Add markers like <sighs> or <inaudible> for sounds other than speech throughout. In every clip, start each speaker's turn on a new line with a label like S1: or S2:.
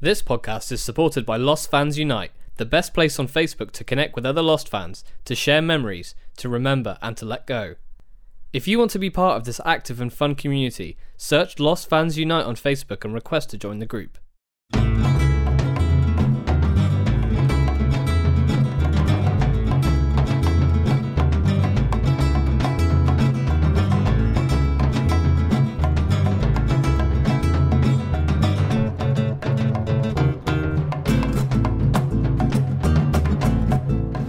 S1: This podcast is supported by Lost Fans Unite, the best place on Facebook to connect with other Lost fans, to share memories, to remember, and to let go. If you want to be part of this active and fun community, search Lost Fans Unite on Facebook and request to join the group.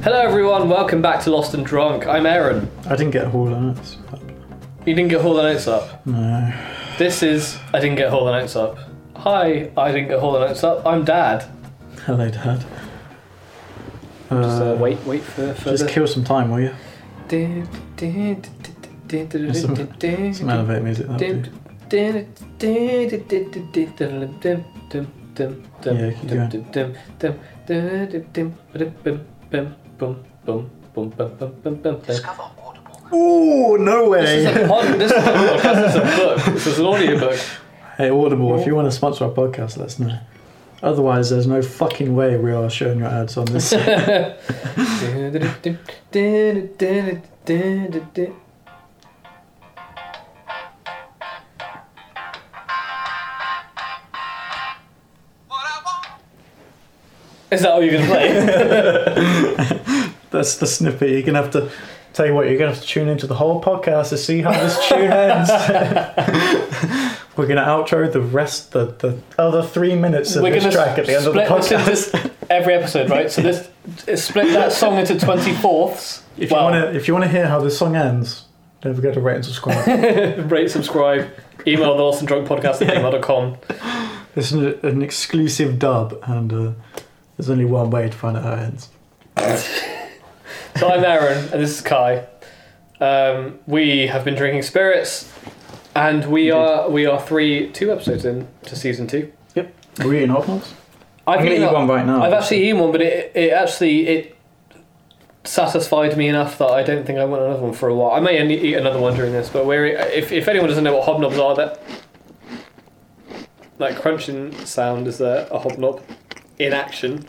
S1: Hello, everyone. Welcome back to Lost and Drunk. I'm Aaron.
S2: I didn't get Hall on it.
S1: You didn't get all the notes up.
S2: No.
S1: This is I didn't get all the notes up. Hi, I didn't get all the notes up. I'm Dad.
S2: Hello, Dad. Uh,
S1: Just
S2: just,
S1: uh, wait, wait for, for the-
S2: kill some time, will you? Some
S1: Did
S2: elevator music. That'll do.
S3: Discover Audible.
S2: Oh, no
S1: This is
S2: way!
S1: a pod, this is a podcast, this is a book, this is an audiobook.
S2: <laughs> hey, Audible, if you want to sponsor our podcast, let us know. Otherwise, there's no fucking way we are showing your ads
S1: <laughs>
S2: on this.
S3: What I want.
S1: <laughs> Is that all you're gonna play?
S2: That's the snippet. You're going to have to. Tell you what, you're going to have to tune into the whole podcast to see how this tune
S1: <laughs>
S2: ends. We're going to outro the rest, the, the other three minutes of this track at the end of the
S1: split this
S2: podcast.
S1: into every episode, right? So this split that song into twenty fourths.
S2: If you want to, if you want to hear how this song ends, don't forget to rate and subscribe.
S1: rate, subscribe, email the Lost and Drunk Podcast at gmail.com.
S2: this is an- an exclusive dub, and uh, there's only one way to find out how it ends.
S1: So I'm Aaron, and this is Kai. Um, we have been drinking spirits, and we are we are three two episodes in to season two.
S2: Yep. Are we eating hot ones?
S1: I've
S2: I'm gonna
S1: eaten
S2: eat
S1: a-
S2: one right now.
S1: I've actually eaten one, but it it actually it satisfied me enough that I don't think I want another one for a while. I may only eat another one during this, but we're if if anyone doesn't know what hobnobs are, that that crunching sound is a, a hobnob in action.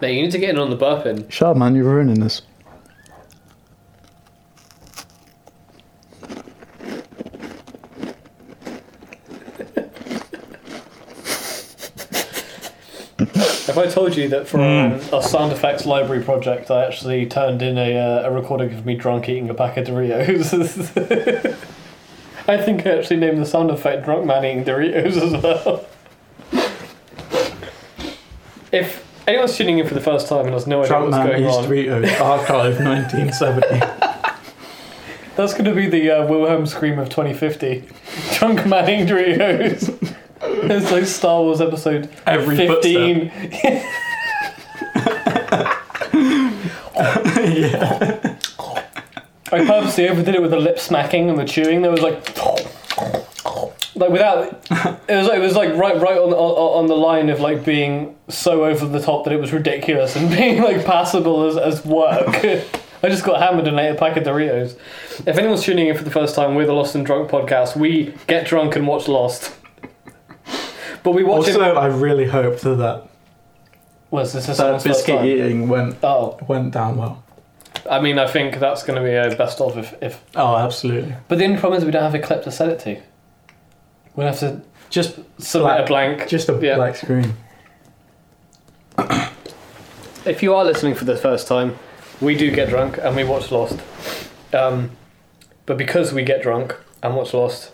S1: Mate, you need to get in on the burping.
S2: Shut man, you're ruining this.
S1: If I told you that for
S2: Hmm.
S1: um, a sound effects library project, I actually turned in a, uh, a recording of me drunk eating a pack of Doritos. <laughs> I think I actually named the sound effect "Drunk Man Eating Doritos" as well. if anyone's tuning in for the first time and has no idea
S2: Trout
S1: what's
S2: Man
S1: going
S2: East
S1: on,
S2: Doritos, Archive 1970.
S1: that's going to be the uh, Wilhelm scream of 2050. <laughs> Drunk Man Eating Doritos. <laughs> it's like Star Wars episode
S2: Every 15.
S1: 15.
S2: <laughs> yeah.
S1: I purposely overdid it with the lip smacking and the chewing. There was like, like without it was it was like right right on on, on the line of like being so over the top that it was ridiculous and <laughs> being like passable as as work. <laughs> I just got hammered and ate a pack of Doritos. If anyone's tuning in for the first time, we're the Lost and Drunk podcast. We get drunk and watch Lost. But we watch
S2: Also,
S1: it.
S2: I really hope that that,
S1: Was this is
S2: that
S1: someone's first
S2: biscuit
S1: time?
S2: eating went
S1: Oh,
S2: went down well.
S1: I mean, I think that's going to be a best of if, if.
S2: Oh, absolutely.
S1: But the only problem is we don't have a clip to set it to. We'll have to
S2: Just
S1: submit
S2: Black.
S1: a blank.
S2: just a
S1: Yeah.
S2: black screen.
S1: If you are listening for the first time, we do get drunk and we watch Lost. Um, but because we get drunk and watch Lost,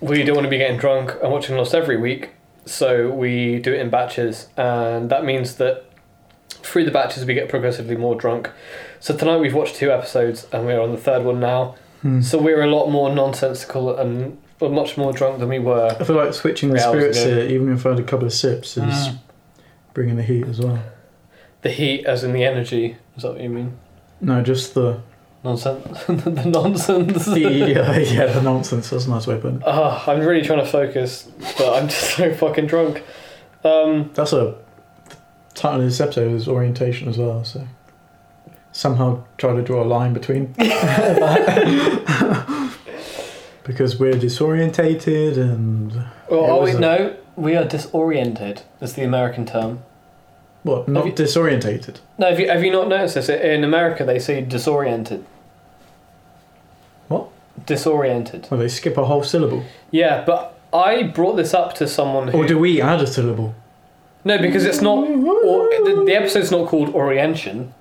S1: we don't want to be getting drunk and watching Lost every week. So we do it in batches, and that means that through the batches we get progressively more drunk. So tonight we've watched two episodes and we're on the third one now.
S2: Hmm.
S1: So we're a lot more nonsensical and well, much more drunk than we were.
S2: I feel like switching the
S1: Three hours
S2: spirits
S1: ago.
S2: here, even if I had a couple of sips, is
S1: Mm.
S2: bringing the heat as well.
S1: The heat, as in the energy, is that what you mean?
S2: No, just the
S1: Nonsense. <laughs> the nonsense. <laughs>
S2: the uh, <laughs> yeah the nonsense. That's a nice way of putting it.
S1: Ah, I'm really trying to focus, but I'm <laughs> just so fucking drunk. Um,
S2: That's a the title of this episode is orientation as well. So somehow try to draw a line between. <laughs> because we're disorientated and
S1: Or
S2: It
S1: are we,
S2: was a-
S1: oh, no, we are disoriented. Is the American term.
S2: what? Not
S1: you-
S2: disorientated.
S1: No, have you, have you not noticed this? In America, they say disoriented.
S2: What?
S1: Disoriented.
S2: Well, they skip a whole syllable,
S1: Yeah, but I brought this up to someone who.
S2: or do we add a syllable?
S1: no, because it's not. Or, the, the episode's not called Orientation.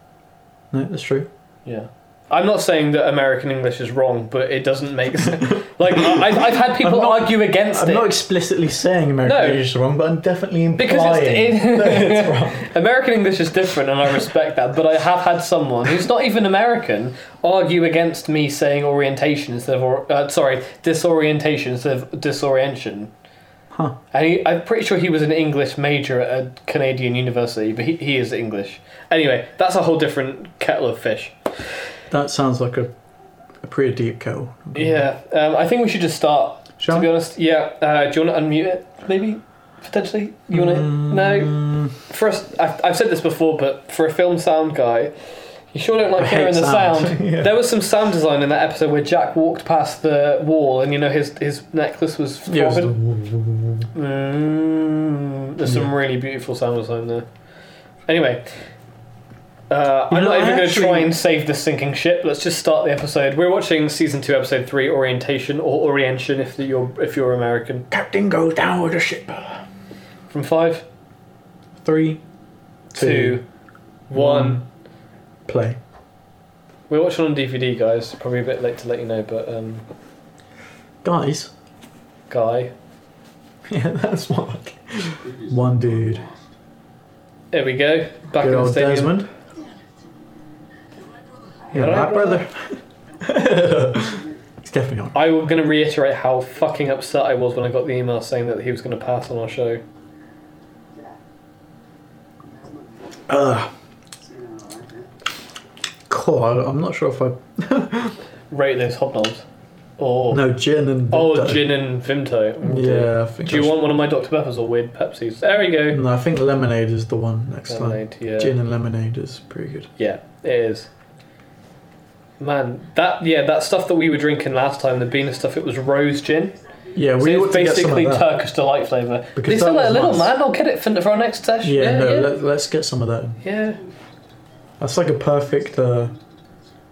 S2: No, that's true.
S1: Yeah. I'm not saying that American English is wrong, but it doesn't make
S2: <laughs>
S1: sense. like, I, I've- I've had people
S2: I'm not-
S1: argue against
S2: I'm
S1: it.
S2: not explicitly saying American
S1: No.
S2: English is wrong, but I'm definitely implying
S1: Because it's,
S2: <laughs>
S1: <laughs>
S2: that it's wrong.
S1: it, American English is different, and I respect that. But I have had someone who's not even American argue against me saying orientation instead of or, uh, sorry disorientation instead of disorientation.
S2: Huh.
S1: And he, I'm pretty sure he was an English major at a Canadian university, but he, he is English. Anyway, that's a whole different kettle of fish.
S2: That sounds like a, a pretty deep kettle.
S1: Yeah, um, I think we should just start.
S2: Shall
S1: To be honest, yeah. Uh, do you want to unmute it? Maybe, potentially. You want to? No.
S2: Mm,
S1: For us, I've, I've said this before, but for a film sound guy, you sure don't like
S2: I hate
S1: hearing the
S2: sound.
S1: sound.
S2: <laughs> Yeah.
S1: There was some sound design in that episode where Jack walked past the wall, and you know his his necklace was
S2: Yeah, it was
S1: throbbing. Mm, there's some really beautiful sound design there. Anyway. Uh,
S2: You
S1: I'm
S2: know,
S1: not
S2: I
S1: even going to
S2: actually-
S1: try and save this sinking ship. Let's just start the episode. We're watching season two, episode three, orientation or orientation if you're if you're American.
S2: Captain goes down with the ship.
S1: From five,
S2: Three,
S1: two, one.
S2: play.
S1: We're watching on DVD, guys. Probably a bit late to let you know, but um,
S2: Guys. <laughs>
S1: Guy.
S2: Yeah, that's what. Like. One dude.
S1: There we go. Back
S2: Good
S1: in the
S2: old
S1: stadium.
S2: Desmond. Yeah,
S1: Hello,
S2: my brother. <laughs> He's definitely on.
S1: I was going to reiterate how fucking upset I was when I got the email saying that he was going to pass on our show.
S2: Ugh. Uh. Cool. I- I'm not sure if I.
S1: Rate those hobnobs. Or
S2: No, gin and.
S1: oh,
S2: Vimto.
S1: gin and Vimto. Oh,
S2: Yeah, I think
S1: Do you
S2: I
S1: want one of my Dr Peppers or weird Pepsis? There we
S2: should-
S1: go.
S2: No, I think lemonade is the one next
S1: Lemonade, yeah.
S2: time. Gin and lemonade is pretty good.
S1: Yeah, it is. Man, that yeah, that stuff that we were drinking last time, the Beaner stuff, it was rose gin.
S2: Yeah,
S1: So
S2: we
S1: it's
S2: ought to get some
S1: basically
S2: of that.
S1: Turkish delight flavour.
S2: Because
S1: They
S2: that
S1: still like
S2: was
S1: a little
S2: nice.
S1: man, I'll get it for, for our next session.
S2: yeah, no,
S1: yeah.
S2: Let, let's get some of that. in.
S1: yeah.
S2: That's like a perfect uh,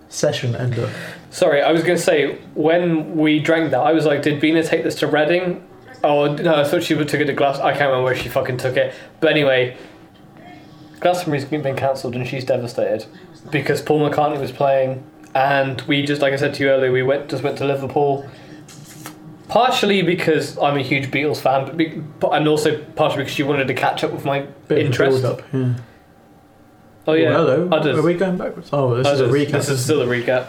S2: session ender.
S1: Sorry, I was going to say when we drank that, I was like, did Bina take this to Reading? Oh no, I thought she took it to Glass. I can't remember where she fucking took it. But anyway, Glastonbury's been cancelled and she's devastated because Paul McCartney was playing, and we just, like I said to you earlier, we went just went to Liverpool. Partially because I'm a huge Beatles fan, but, be, but and also partially because you wanted to catch up with my
S2: Bit of
S1: interest.
S2: build up. Yeah.
S1: Oh yeah,
S2: Well, hello.
S1: Udders.
S2: Are we going backwards? Oh, this
S1: Udders.
S2: is a recap.
S1: This is still a recap.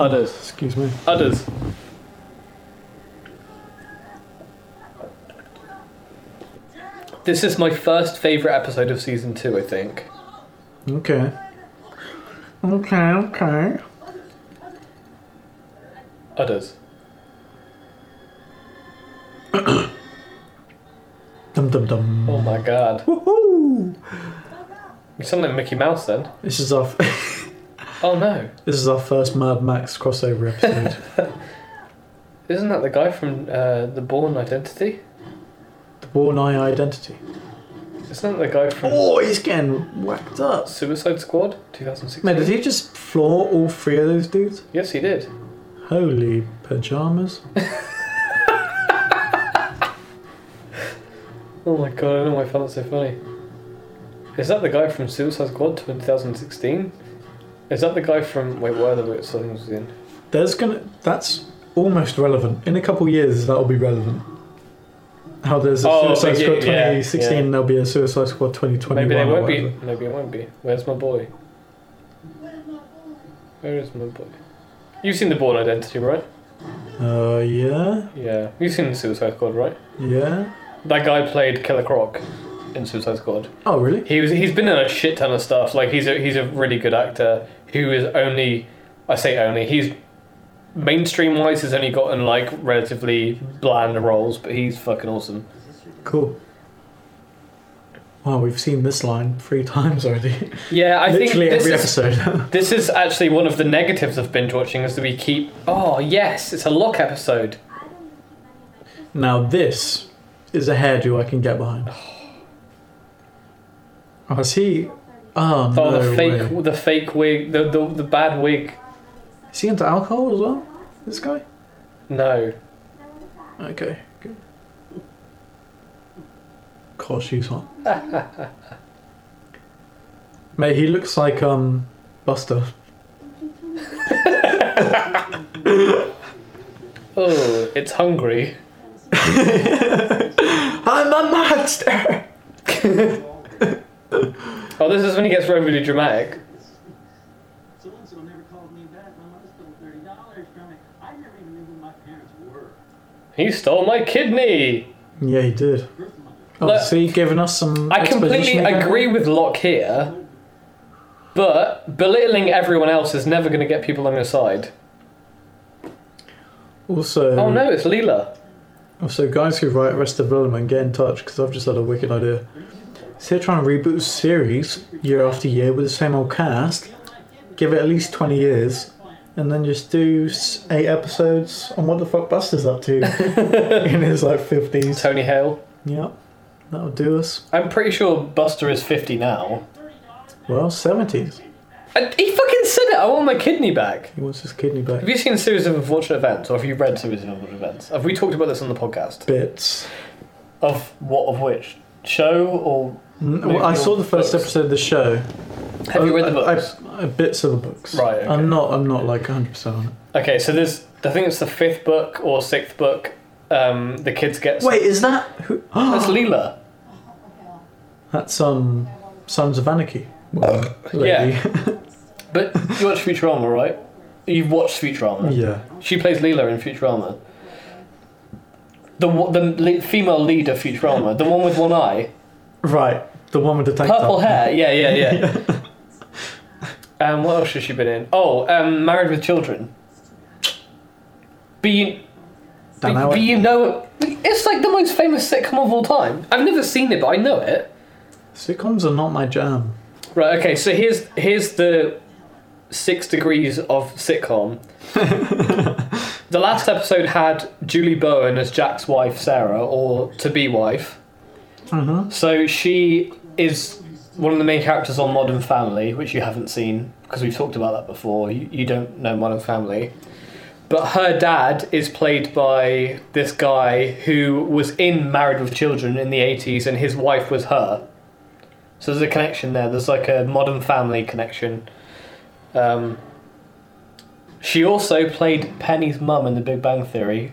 S1: Udders.
S2: Excuse me.
S1: Udders. This is my first favourite episode of season two, I think.
S2: Okay. Okay. Okay.
S1: Udders.
S2: Dum dum dum.
S1: Oh my god.
S2: Woohoo!
S1: You sound like Mickey Mouse then.
S2: This is our <laughs> f-
S1: Oh no.
S2: this is our first Mad Max crossover
S1: <laughs>
S2: episode.
S1: Isn't that the guy from uh, The Born Identity?
S2: the Born Eye Identity.
S1: Isn't that the guy from
S2: Oh, he's getting whacked up.
S1: Suicide Squad 2016?
S2: Man, did he just floor all three of those dudes?
S1: Yes, he did.
S2: Holy pajamas.
S1: Oh my god, I don't know why I found that so funny. Is that the guy from Suicide Squad 2016? Is that the guy from. Wait, where the Suicide was in?
S2: There's gonna. That's almost relevant. In a couple years, that'll be relevant. How there's a
S1: Oh,
S2: Suicide
S1: okay,
S2: Squad
S1: yeah,
S2: 2016,
S1: yeah.
S2: there'll be a Suicide Squad 2021.
S1: Maybe they
S2: or
S1: won't be.
S2: whatever.
S1: Maybe it won't be. Where's my boy? Where is my boy? You've seen the Born Identity, right?
S2: Uh, yeah,
S1: Yeah. You've seen Suicide Squad, right?
S2: yeah.
S1: That guy played Killer Croc in Suicide Squad.
S2: Oh, really?
S1: He was. He's been in a shit ton of stuff. Like he's a he's a really good actor who is only, I say only. He's mainstream wise has only gotten like relatively bland roles, but he's fucking awesome.
S2: Cool. Wow, we've seen this line three <laughs> times already.
S1: Yeah, I
S2: Literally
S1: think
S2: every
S1: this is,
S2: episode. <laughs>
S1: this is actually one of the negatives of binge watching is that we keep. Oh yes, it's a lock episode.
S2: now this is a hairdo I can
S1: <sighs>
S2: get behind. Oh, is he? Oh,
S1: Oh,
S2: no
S1: the fake,
S2: way.
S1: the fake wig, the, the the bad wig.
S2: Is he into alcohol as well? This guy?
S1: No,
S2: Okay. Good. Of course she's hot. <laughs> Mate, he looks like um Buster. <laughs>
S1: oh, it's hungry.
S2: I'm a monster. <laughs>
S1: Oh, this is when he gets overly dramatic.
S4: So-and-so never called me back. My mother stole thirty dollars from me. I never even knew who my parents were.
S1: He stole my kidney.
S2: Yeah, he did.
S4: Birth mother.
S2: Oh,
S1: Look,
S2: see, giving us some.
S1: I completely
S2: exposition again.
S1: agree with Locke here, but belittling everyone else is never going to get people on your side.
S2: Also,
S1: Oh no, it's Leela.
S2: Also, Oh, guys who write Rest Development, get in touch because I've just had a wicked idea. So they're trying to reboot the series year after year with the same old cast. Give it at least 20 years. And then just do s- eight episodes on what the fuck Buster's
S1: <laughs>
S2: up to in his like 50s.
S1: Tony Hale.
S2: Yep, that'll do us.
S1: I'm pretty sure Buster is 50 now.
S2: Well, 70s.
S1: And he fucking said it. I want my kidney back.
S2: He wants his kidney back.
S1: Have you seen a series of unfortunate events, or have you read series of unfortunate events? Have we talked about this on the podcast?
S2: Bits.
S1: Of what? Of which show or
S2: N- well, I saw the first
S1: Books.
S2: episode of the show.
S1: have you read the
S2: Oh, I- I-
S1: books?
S2: I- bits of the books.
S1: Right, okay.
S2: I'm not. I'm not like 100% on it.
S1: okay, so there's. I think it's the fifth book or sixth book. Um, the kids get.
S2: Wait, is that <gasps> who?
S1: that's Leela.
S2: That's um, Sons of Anarchy. lady.
S1: But you watch Futurama, right? You've watched Futurama.
S2: <laughs> yeah.
S1: She plays Leela in Futurama. The wo- the le- female lead of Futurama, the one with one eye,
S2: Right, the one with the tank
S1: purple
S2: top.
S1: hair. Yeah, yeah, yeah.
S2: <laughs>
S1: um, what else has she been in? Oh, um, Married with Children. But you,
S2: Don't know
S1: but,
S2: it.
S1: you know, it's like the most famous sitcom of all time. I've never seen it, but I know it.
S2: Sitcoms are not my jam.
S1: Right. Okay. So here's here's the six degrees of sitcom. the last episode had Julie Bowen as Jack's wife, Sarah, or to be wife.
S2: Mhm.
S1: So she is one of the main characters on Modern Family, which you haven't seen because we've talked about that before. You, you don't know Modern Family. But her dad is played by this guy who was in Married with Children in the 80s, and his wife was her. So there's a connection there. There's like a modern family connection. Um, she also played Penny's mum in The Big Bang Theory.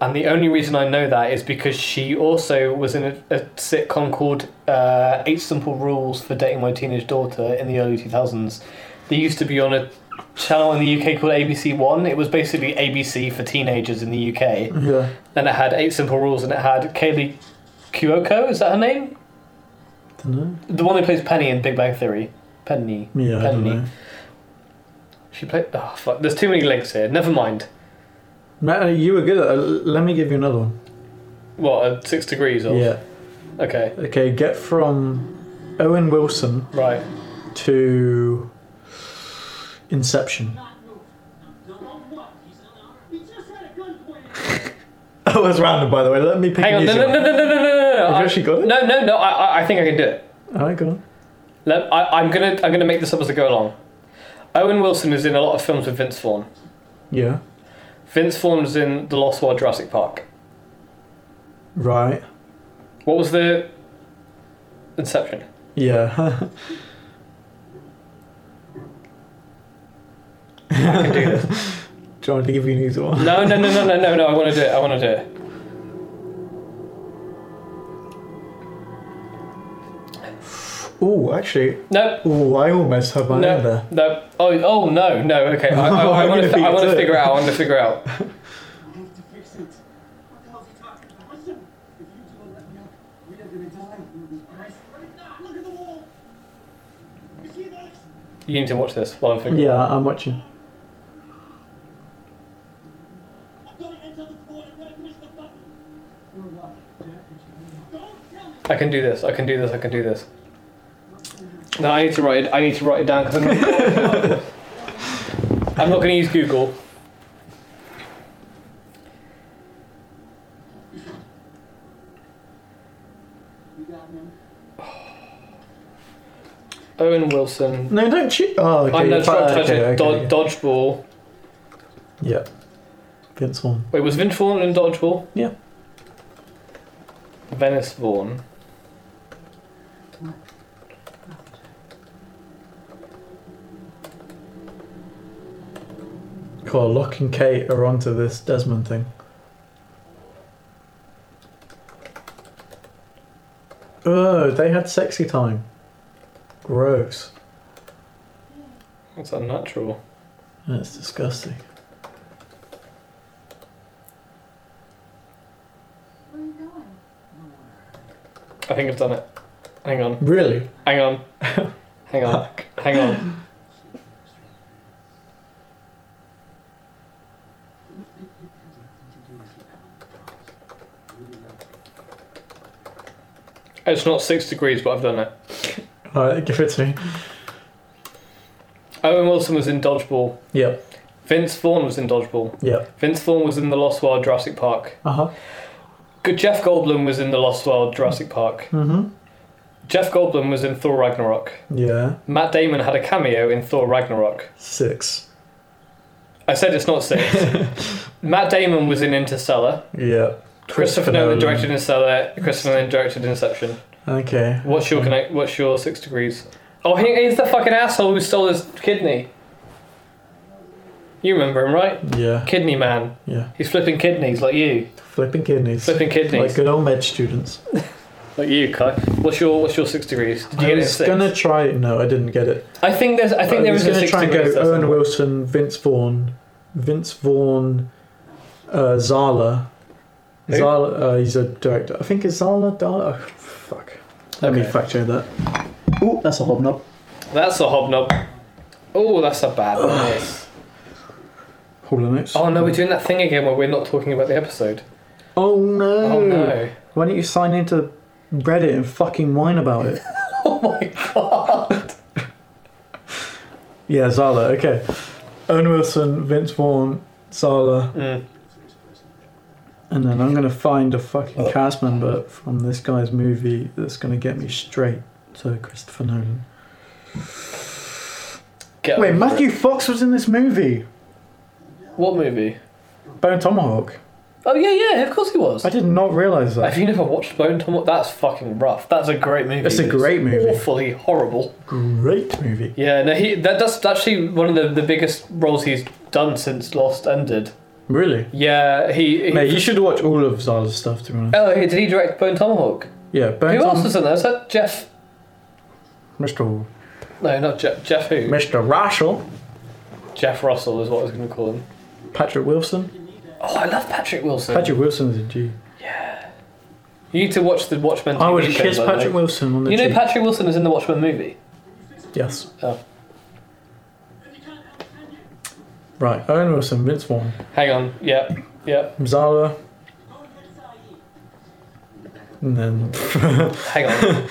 S1: And the only reason I know that is because she also was in a, a sitcom called uh, Eight Simple Rules for Dating My Teenage Daughter in the early 2000s. They used to be on a channel in the UK called ABC One. It was basically ABC for teenagers in the UK
S2: Yeah.
S1: and it had eight simple rules, and it had Kaylee Cuoco. Is that her name?
S2: Dunno.
S1: The one who plays Penny in Big Bang Theory. Penny.
S2: Yeah, I don't
S1: Penny.
S2: know.
S1: She played. Oh fuck! There's too many links here. Never mind.
S2: Matt, uh, you were good at Let me give you another one.
S1: What? Uh, six degrees or?
S2: Yeah.
S1: Okay.
S2: Okay, get from Owen Wilson
S1: Right.
S2: to Inception. <laughs>
S4: He just had a gun pointed.
S2: Oh, that's random, by the way. Let me pick
S1: Hang
S2: an
S1: on. No, no,
S2: easy
S1: no, no, no, no, no, no.
S2: Have
S1: I-
S2: you actually got it?
S1: No, no, no. I, I, I think I can do it.
S2: one. Alright, go on.
S1: Let, I, I'm gonna, I'm gonna make this up as I go along. Owen Wilson is in a lot of films with Vince Vaughn.
S2: Yeah.
S1: Vince Vaughn was in The Lost World, Jurassic Park.
S2: Right.
S1: What was the Inception?
S2: <laughs> Yeah.
S1: I can do this.
S2: <laughs> Do you want me to give you an easy one?
S1: No, no, no, no, no, no, no. I want to do it. I want to do it.
S2: Oh, actually,
S1: No,
S2: oh, I almost have my own there.
S1: no, no. Oh, oh no, no. Okay, I, I,
S2: Oh,
S1: I
S2: <laughs> I'm
S1: want
S2: gonna
S1: to.
S2: beat
S1: I want
S2: you
S1: to
S2: to it.
S1: figure it out. I want to figure it out.
S4: I have to fix it. What the hell's he talking about? Listen, if you don't let me out, we are gonna die. We'll be pressed. Look at the wall. You see that?
S1: You need to watch this while I'm figuring.
S2: Yeah, I'm watching.
S4: I'm gonna enter the floor and then push the button.
S1: I can do this. I can do this. I can do this. No, I need to write it. I need to write it down because I'm not.
S2: <laughs>
S1: I'm not going to use Google. Owen Wilson.
S2: No, don't cheat. Oh, okay.
S1: I'm
S2: you're
S1: not trying
S2: fine.
S1: to touch
S2: okay,
S1: it.
S2: okay,
S1: Do-
S2: yeah.
S1: Dodgeball.
S2: Yeah. Vince Vaughn.
S1: Wait, was Vince Vaughn in Dodgeball?
S2: Yeah.
S1: Venice Vaughn.
S2: Cool. Locke and Kate are onto this Desmond thing. Oh, they had sexy time. Gross.
S1: That's unnatural.
S2: That's disgusting.
S5: Where are you going?
S1: I think I've done it. Hang on.
S2: Really?
S1: Hang
S2: <laughs>
S1: on. Hang on. Hang on. It's not six degrees, but I've done it.
S2: Alright, give it to me.
S1: Owen Wilson was in Dodgeball.
S2: Yep,
S1: Vince Vaughn was in Dodgeball.
S2: yep.
S1: Vince Vaughn was in The Lost World Jurassic Park.
S2: Uh huh.
S1: Good Jeff Goldblum was in The Lost World Jurassic Park.
S2: Mm
S1: Jeff Goldblum was in Thor Ragnarok.
S2: hmm. Yeah.
S1: Matt Damon had a cameo in Thor Ragnarok.
S2: Six.
S1: I said it's not six. <laughs> Matt Damon was in Interstellar.
S2: Yeah.
S1: Christopher Nolan directed Interstellar. Christopher Nolan directed Inception.
S2: Okay.
S1: What's your connect? What's your six degrees? Oh, he, he's the fucking asshole who stole his kidney. You remember him, right?
S2: Yeah.
S1: Kidney man.
S2: Yeah.
S1: He's flipping kidneys like you.
S2: Flipping kidneys.
S1: Flipping
S2: Like
S1: kidneys
S2: good old med students.
S1: like you, Kai. What's your What's your six degrees? Did you
S2: I
S1: get it? at
S2: was
S1: Six?
S2: gonna try. No, I didn't get it.
S1: I think there's. I think
S2: I'm
S1: there
S2: just
S1: is a
S2: gonna
S1: six
S2: try and
S1: degrees.
S2: go
S1: that's
S2: Owen
S1: somewhere.
S2: Wilson, Vince Vaughn, Vince Vaughn, uh, Zala.
S1: Who?
S2: Zala, uh, he's a director. I think it's Zala. Dala. oh, fuck. Let me
S1: Okay.
S2: fact check that. Oh, that's a hobnob.
S1: That's a hobnob. Oh, that's a bad one. yes.
S2: Hold on, it's.
S1: Oh no, we're doing that thing again where we're not talking about the episode.
S2: Oh no.
S1: Oh no.
S2: Why don't you sign into Reddit and fucking whine about it?
S1: <laughs> Oh my god.
S2: <laughs> yeah, Zala. Okay. Owen Wilson, Vince Vaughn, Zala, and then I'm gonna find a
S1: Oh.
S2: fucking cast member from this guy's movie that's gonna get me straight to Christopher Nolan.
S1: Get
S2: Wait,
S1: over
S2: Matthew Fox was in this movie.
S1: it. What movie?
S2: Bone Tomahawk.
S1: Oh yeah, yeah. Of course he was.
S2: I did not realise
S1: Have
S2: that.
S1: you never watched Bone Tomahawk? That's fucking rough. That's a great movie.
S2: It's a
S1: but
S2: great movie.
S1: Awfully horrible.
S2: Great movie.
S1: Yeah. No, he. That, that's actually one of the, the biggest roles he's done since Lost ended.
S2: Really?
S1: Yeah. He. he
S2: Mate, you should watch all of Zala's stuff to be honest.
S1: Oh, did he direct Bone Tomahawk?
S2: Yeah, Bone
S1: Who else
S2: Tomahawk.
S1: was in there? Was that Jeff?
S2: Mr.
S1: No, not Jeff. Jeff who?
S2: Mr. Rashel.
S1: Jeff Russell is what I was going to call him.
S2: Patrick Wilson.
S1: Oh, I love Patrick Wilson.
S2: Patrick Wilson's a G.
S1: You need to watch the Watchmen. TV
S2: I would
S1: show,
S2: kiss
S1: by the
S2: Patrick
S1: way.
S2: Wilson on the
S1: You know
S2: cheek.
S1: Patrick Wilson is in the Watchmen movie.
S2: yes.
S1: Oh,
S2: Right. Owen Wilson, Vince Vaughn,
S1: hang on. Yep, yep.
S2: Zala, and then <laughs>
S1: Hang on.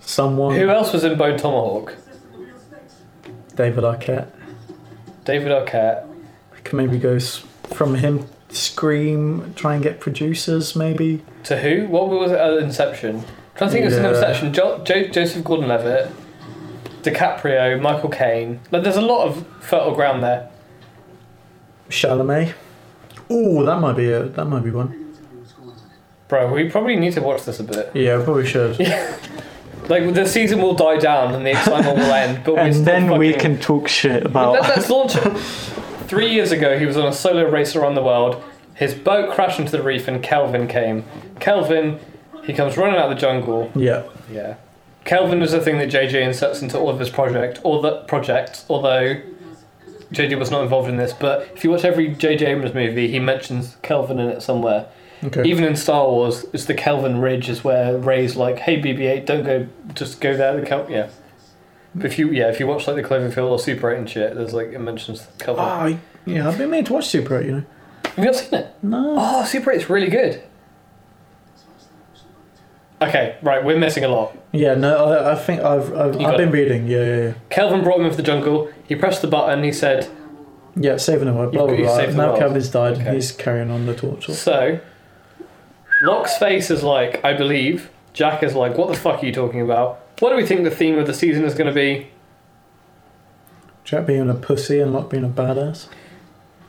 S2: someone.
S1: Who else was in Bone Tomahawk?
S2: David Arquette.
S1: David Arquette.
S2: I can maybe go s- from him. Scream. Try and get producers. Maybe.
S1: To who? What was it? Uh, Inception. i trying to think of
S2: Yeah.
S1: an Inception. Jo- jo- Joseph Gordon-Levitt, DiCaprio, Michael Caine. Like, there's a lot of fertile ground there.
S2: Chalamet. Oh, that might be a that might be one.
S1: Bro, we probably need to watch this a bit.
S2: Yeah, we probably should.
S1: Like the season will die down and the excitement will end, but we're
S2: and
S1: still
S2: then we
S1: fucking-
S2: can talk shit
S1: Let, <laughs>
S2: about.
S1: let's launch it. Three years ago, he was on a solo race around the world. His boat crashed into the reef, and Kelvin came. Kelvin, he comes running out of the jungle.
S2: yeah.
S1: Yeah. Kelvin is a thing that JJ inserts into all of his project, all the projects. Although JJ was not involved in this, but if you watch every JJ Abrams movie, he mentions Kelvin in it somewhere.
S2: Okay.
S1: Even in Star Wars, it's the Kelvin Ridge is where Ray's like, "Hey BB-8, don't go, just go there." The Kel- yeah. But if you yeah, if you watch like the Cloverfield or Super 8 and shit, there's like it mentions Kelvin.
S2: Ah, I- yeah, I've been made to watch Super 8, you know.
S1: Have you not seen it? Ah,
S2: No.
S1: Oh, Super 8's really good. Okay, right, we're missing a lot.
S2: Yeah, no, I, I think I've I've,
S1: You got
S2: I've been
S1: it.
S2: reading. Yeah, yeah, yeah.
S1: Kelvin brought him into the jungle. He pressed the button. He said,
S2: Yeah, saving the world. Blah
S1: You've-
S2: blah
S1: you've
S2: blah.
S1: saved the
S2: Now
S1: world.
S2: Calvin's died.
S1: Okay.
S2: He's carrying on the torture.
S1: "So." Locke's face is like, "I believe." Jack is like, "What the fuck are you talking about? What do we think the theme of the season is going to be?"
S2: Jack being a pussy and Locke being a badass.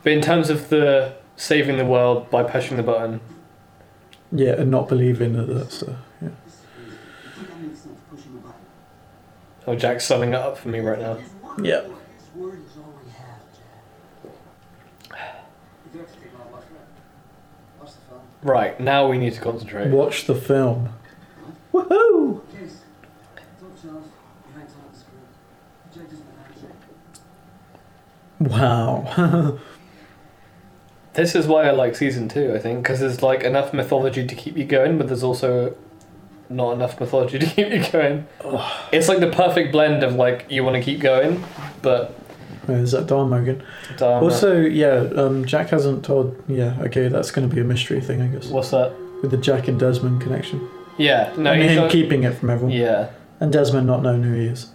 S1: But in terms of the saving the world by pushing the button,
S2: Yeah, and not believing that that's uh, yeah.
S1: oh, Jack's summing it up for me right now.
S2: Yeah.
S4: His word is all we have, Jack. You do have to take my watch, right? Watch the film.
S1: Right now, we need to concentrate.
S2: Watch the film. Woohoo!
S4: Case. Top shelf, behind top of the screen. Jack doesn't have a check.
S2: Wow. <laughs>
S1: This is why I like season two. I think because there's like enough mythology to keep you going, but there's also not enough mythology to <laughs> keep you going. It's like the perfect blend of like you want to keep going, but
S2: Is that Dharma again?
S1: Dharma.
S2: Also, yeah, um, Jack hasn't told. Yeah, okay, that's going to be a mystery thing, I guess.
S1: what's that?
S2: With the Jack and Desmond connection.
S1: Yeah, no,
S2: and
S1: he's
S2: him
S1: not-
S2: keeping it from everyone.
S1: Yeah,
S2: And Desmond not knowing who he is.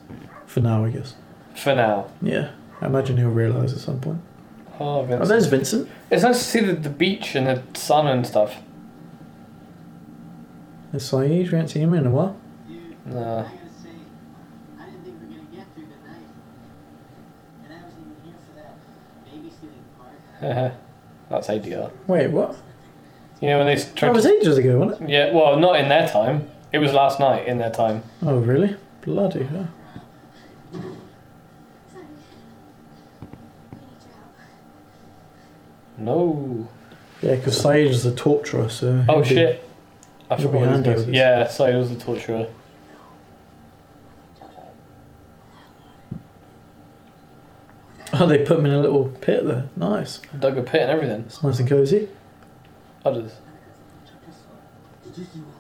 S2: For now, I guess.
S1: for now.
S2: Yeah. I imagine he'll realise at some point.
S1: Oh,
S2: Oh,
S1: Vince.
S2: there's Vincent.
S1: It's nice to see the, the beach and the sun and stuff.
S2: It's Saeed. We haven't seen him in a while.
S5: Dude,
S1: Nah. <laughs>
S5: I gotta say, I didn't think we were gonna get through the night. And I wasn't even here for that babysitting part.
S1: That's ADR.
S2: Wait, what?
S1: You know when they
S2: That
S1: tried
S2: was
S1: to,
S2: ages ago, wasn't it?
S1: Yeah, well, not in their time. It was last night in their time.
S2: Oh, really? Bloody hell.
S6: Sorry. We need your help.
S1: No.
S2: Yeah, because Saeed is a torturer, so.
S1: Oh
S2: he'd be-
S1: shit. I
S2: It'll be
S1: forgot his
S2: handy
S1: name.
S2: with this.
S1: Yeah, so he was the torturer.
S2: Oh, they put him in a little pit there. Nice.
S1: Dug a pit and everything.
S2: It's nice and cozy.
S1: Others.
S4: Did you see what?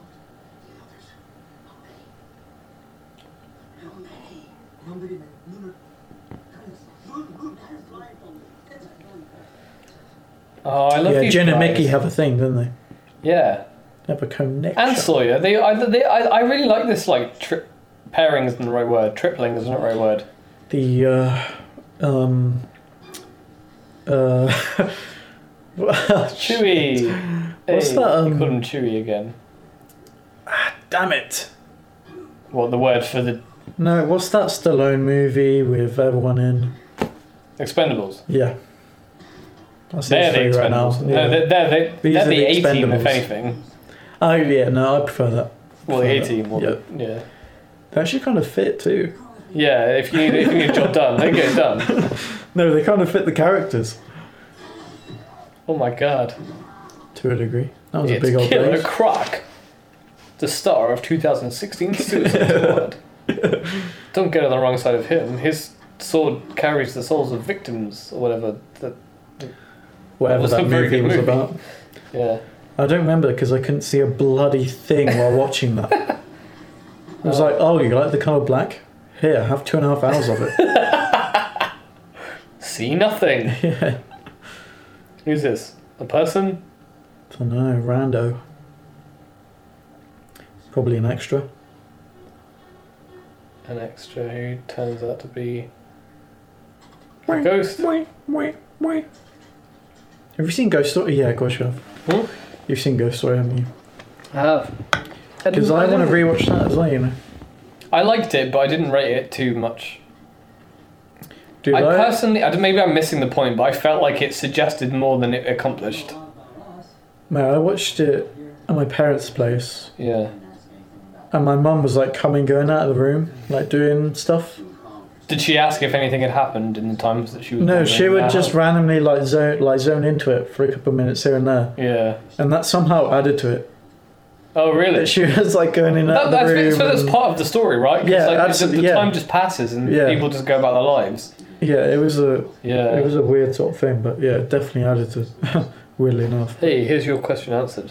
S4: Nobody made lunar.
S1: Oh, I love
S2: Yeah,
S1: these
S2: Jen and
S1: guys.
S2: Mickey have a thing, don't they?
S1: Yeah,
S2: They have a connection.
S1: and Sawyer. They, I, they, I, I really like this like tri- pairing isn't the right word. Tripling isn't the right word.
S2: the uh, um uh <laughs> well,
S1: Chewy.
S2: <laughs> What's
S1: Hey,
S2: that, um,
S1: You called him Chewy again.
S2: damn it
S1: What the word for the
S2: no what's that stallone movie with everyone in
S1: Expendables?
S2: yeah that's
S1: They're the
S2: his three
S1: Expendables.
S2: yeah.
S1: No, they're, they're, they're,
S2: These
S1: they're
S2: are
S1: the
S2: the
S1: A team if
S2: Expendables.
S1: anything.
S2: oh yeah no i prefer that
S1: Well, the A team. or
S2: yeah
S1: the- Yeah.
S2: they actually kind of fit too
S1: Yeah. If you need, if you need a job done, they get it done.
S2: no they kind of fit the characters
S1: Oh my god.
S2: to a degree that was
S1: It's
S2: a big old
S1: Killer
S2: place.
S1: Croc, the star of 2016 Suicide Squad.
S2: <laughs>
S1: Don't get on the wrong side of him. His sword carries the souls of victims or whatever. That, That
S2: whatever
S1: was
S2: that
S1: a very
S2: movie
S1: good
S2: was
S1: movie.
S2: about
S1: yeah.
S2: I don't remember because I couldn't see a bloody thing while watching that. It was
S1: Uh,
S2: like, oh, you like the colour black? Here, have two and a half hours
S1: <laughs>
S2: of it.
S1: See nothing.
S2: yeah.
S1: Who's this? A person?
S2: I don't know, rando. Probably an extra.
S1: An extra who turns out to be a ghost.
S2: Have you seen Ghost Story? Yeah, of course you have.
S1: Hmm?
S2: You've seen Ghost Story, haven't you?
S1: I have.
S2: Because I want to rewatch that as well, you know.
S1: I liked it, but I didn't rate it too much.
S2: Dude,
S1: I
S2: I,
S1: personally, I d maybe I'm missing the point, but I felt like it suggested more than it accomplished.
S2: man, I watched it at my parents' place.
S1: Yeah.
S2: And my mum was like coming, going out of the room, like doing stuff.
S1: Did she ask if anything had happened in the times that she was?
S2: No,
S1: wandering
S2: she would
S1: around?
S2: just randomly like zone like zone into it for a couple of minutes here and there,
S1: Uh-huh. Yeah.
S2: and that somehow added to it. <laughs>
S1: Oh, really?
S2: That she was like going in and out
S1: That,
S2: of the
S1: that's,
S2: room.
S1: so that's
S2: and-
S1: part of the story, right? 'Cause,
S2: Yeah,
S1: like, it's
S2: absolutely,
S1: just-
S2: yeah.
S1: The time just passes and
S2: Yeah.
S1: people just go about their lives.
S2: yeah, it was a
S1: Yeah.
S2: it was a weird sort of thing, but yeah, it definitely added to. <laughs> it, Weirdly enough,
S1: hey, here's your question answered.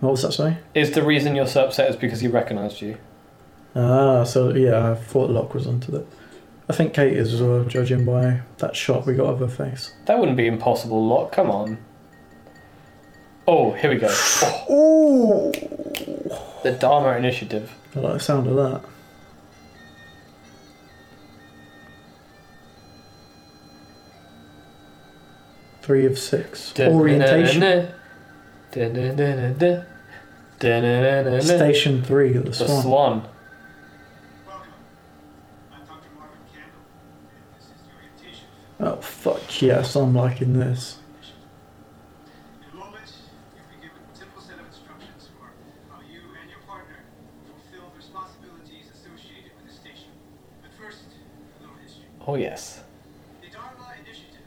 S2: what was that say?
S1: Is the reason you're so upset is because he recognised you?
S2: Ah, so yeah, I thought Locke was onto that. I think Kate is as well, judging by that shot we got of her face.
S1: That wouldn't be impossible, Lot. Come on. Oh, here we go.
S2: Ooh,
S1: The Dharma Initiative.
S2: I like the sound of that. Three of six. Orientation.
S1: Station.
S2: Station three of the
S1: The
S2: Swan.
S1: Swan.
S4: Welcome. I'm Dr. Marvin Campbell, and this is the orientation film.
S2: Oh fuck yes, I'm liking this.
S4: In a moment, you'll be given a simple set of instructions for how you and your partner will fulfill the responsibilities associated with the station. But first, a little history.
S1: Oh, yes.
S4: The Dharma Initiative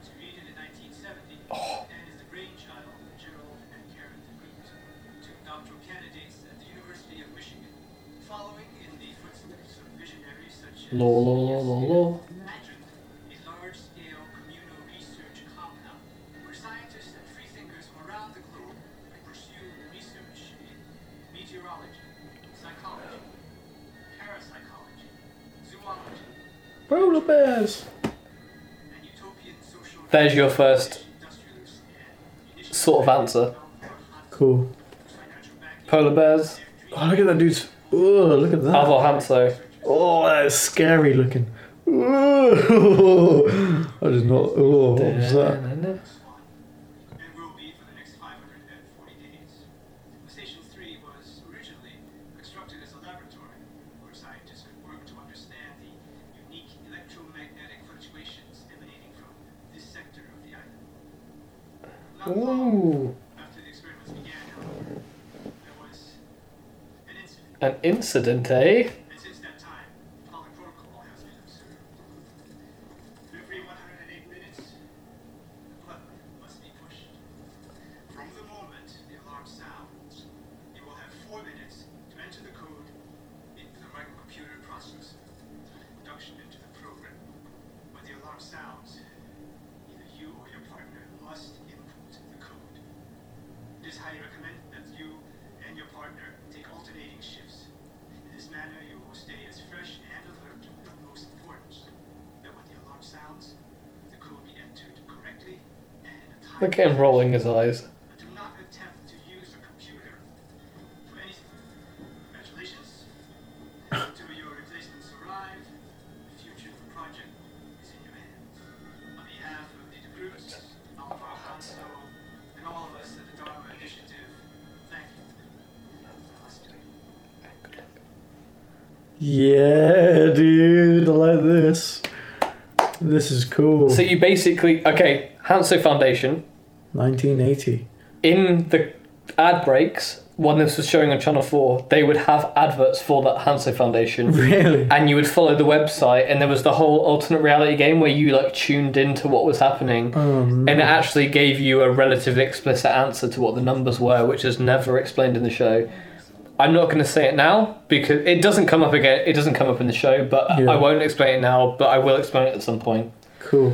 S4: was created in 1970
S1: Oh.
S4: and is the brainchild of Gerald and Karen DeGroot, two doctoral candidates at the University of Michigan, following in the footsteps of visionaries such as
S1: Lo, lo, lo, lo, lo.
S4: imagined a large-scale communal research compound where scientists and freethinkers from around the globe could pursue research in meteorology, psychology, parapsychology, zoology,
S2: Roller bears.
S4: and utopian social
S1: There's your first
S4: industrialist and initiatives
S1: sort of answer.
S2: Cool.
S4: financial backing
S1: Polar bears.
S2: Oh look at that dude's. Oh look at that.
S1: Alvor Hamso.
S2: Oh, that is scary looking. Ooh. <laughs> I did not. Oh, what was that?
S4: and will be for the next 540 days. Station 3 was originally constructed as a laboratory where scientists could work to understand the unique electromagnetic fluctuations emanating from this sector of the island. Not long
S1: Ooh.
S4: after the experiments began, however, there was an incident,
S1: An incident, eh?
S4: and since that time, following protocol has been observed. Every 108 minutes, the button must be pushed. From the moment the alarm sounds, you will have four minutes to enter the code into the microcomputer processor for induction into the program. When the alarm sounds, either you or your partner must input the code. It is highly recommended that you and your partner take alternating shifts. In this manner, you will stay as fresh and alert, but most important, that when the alarm sounds, the code be entered correctly and in a timely
S1: Look at him rolling his eyes.
S4: do not attempt to use a computer for anything. Congratulations. Until your replacements arrive, the future of the project is in your hands. On behalf of the DeGroots, Alvar Hanso, and all of us at the Dharma Initiative, thank you. Namaste.
S2: Yeah, dude. I like this. This is cool.
S1: So you basically okay, Hanso Foundation
S2: 1980.
S1: in the ad breaks when this was showing on Channel Four, they would have adverts for that Hanso Foundation,
S2: <laughs> Really?
S1: and you would follow the website, and there was the whole alternate reality game where you like tuned into what was happening,
S2: Oh,
S1: and it actually gave you a relatively explicit answer to what the numbers were, which is never explained in the show. I'm not going to say it now because it doesn't come up again. It doesn't come up in the show, but
S2: Yeah.
S1: I won't explain it now. But I will explain it at some point.
S2: cool.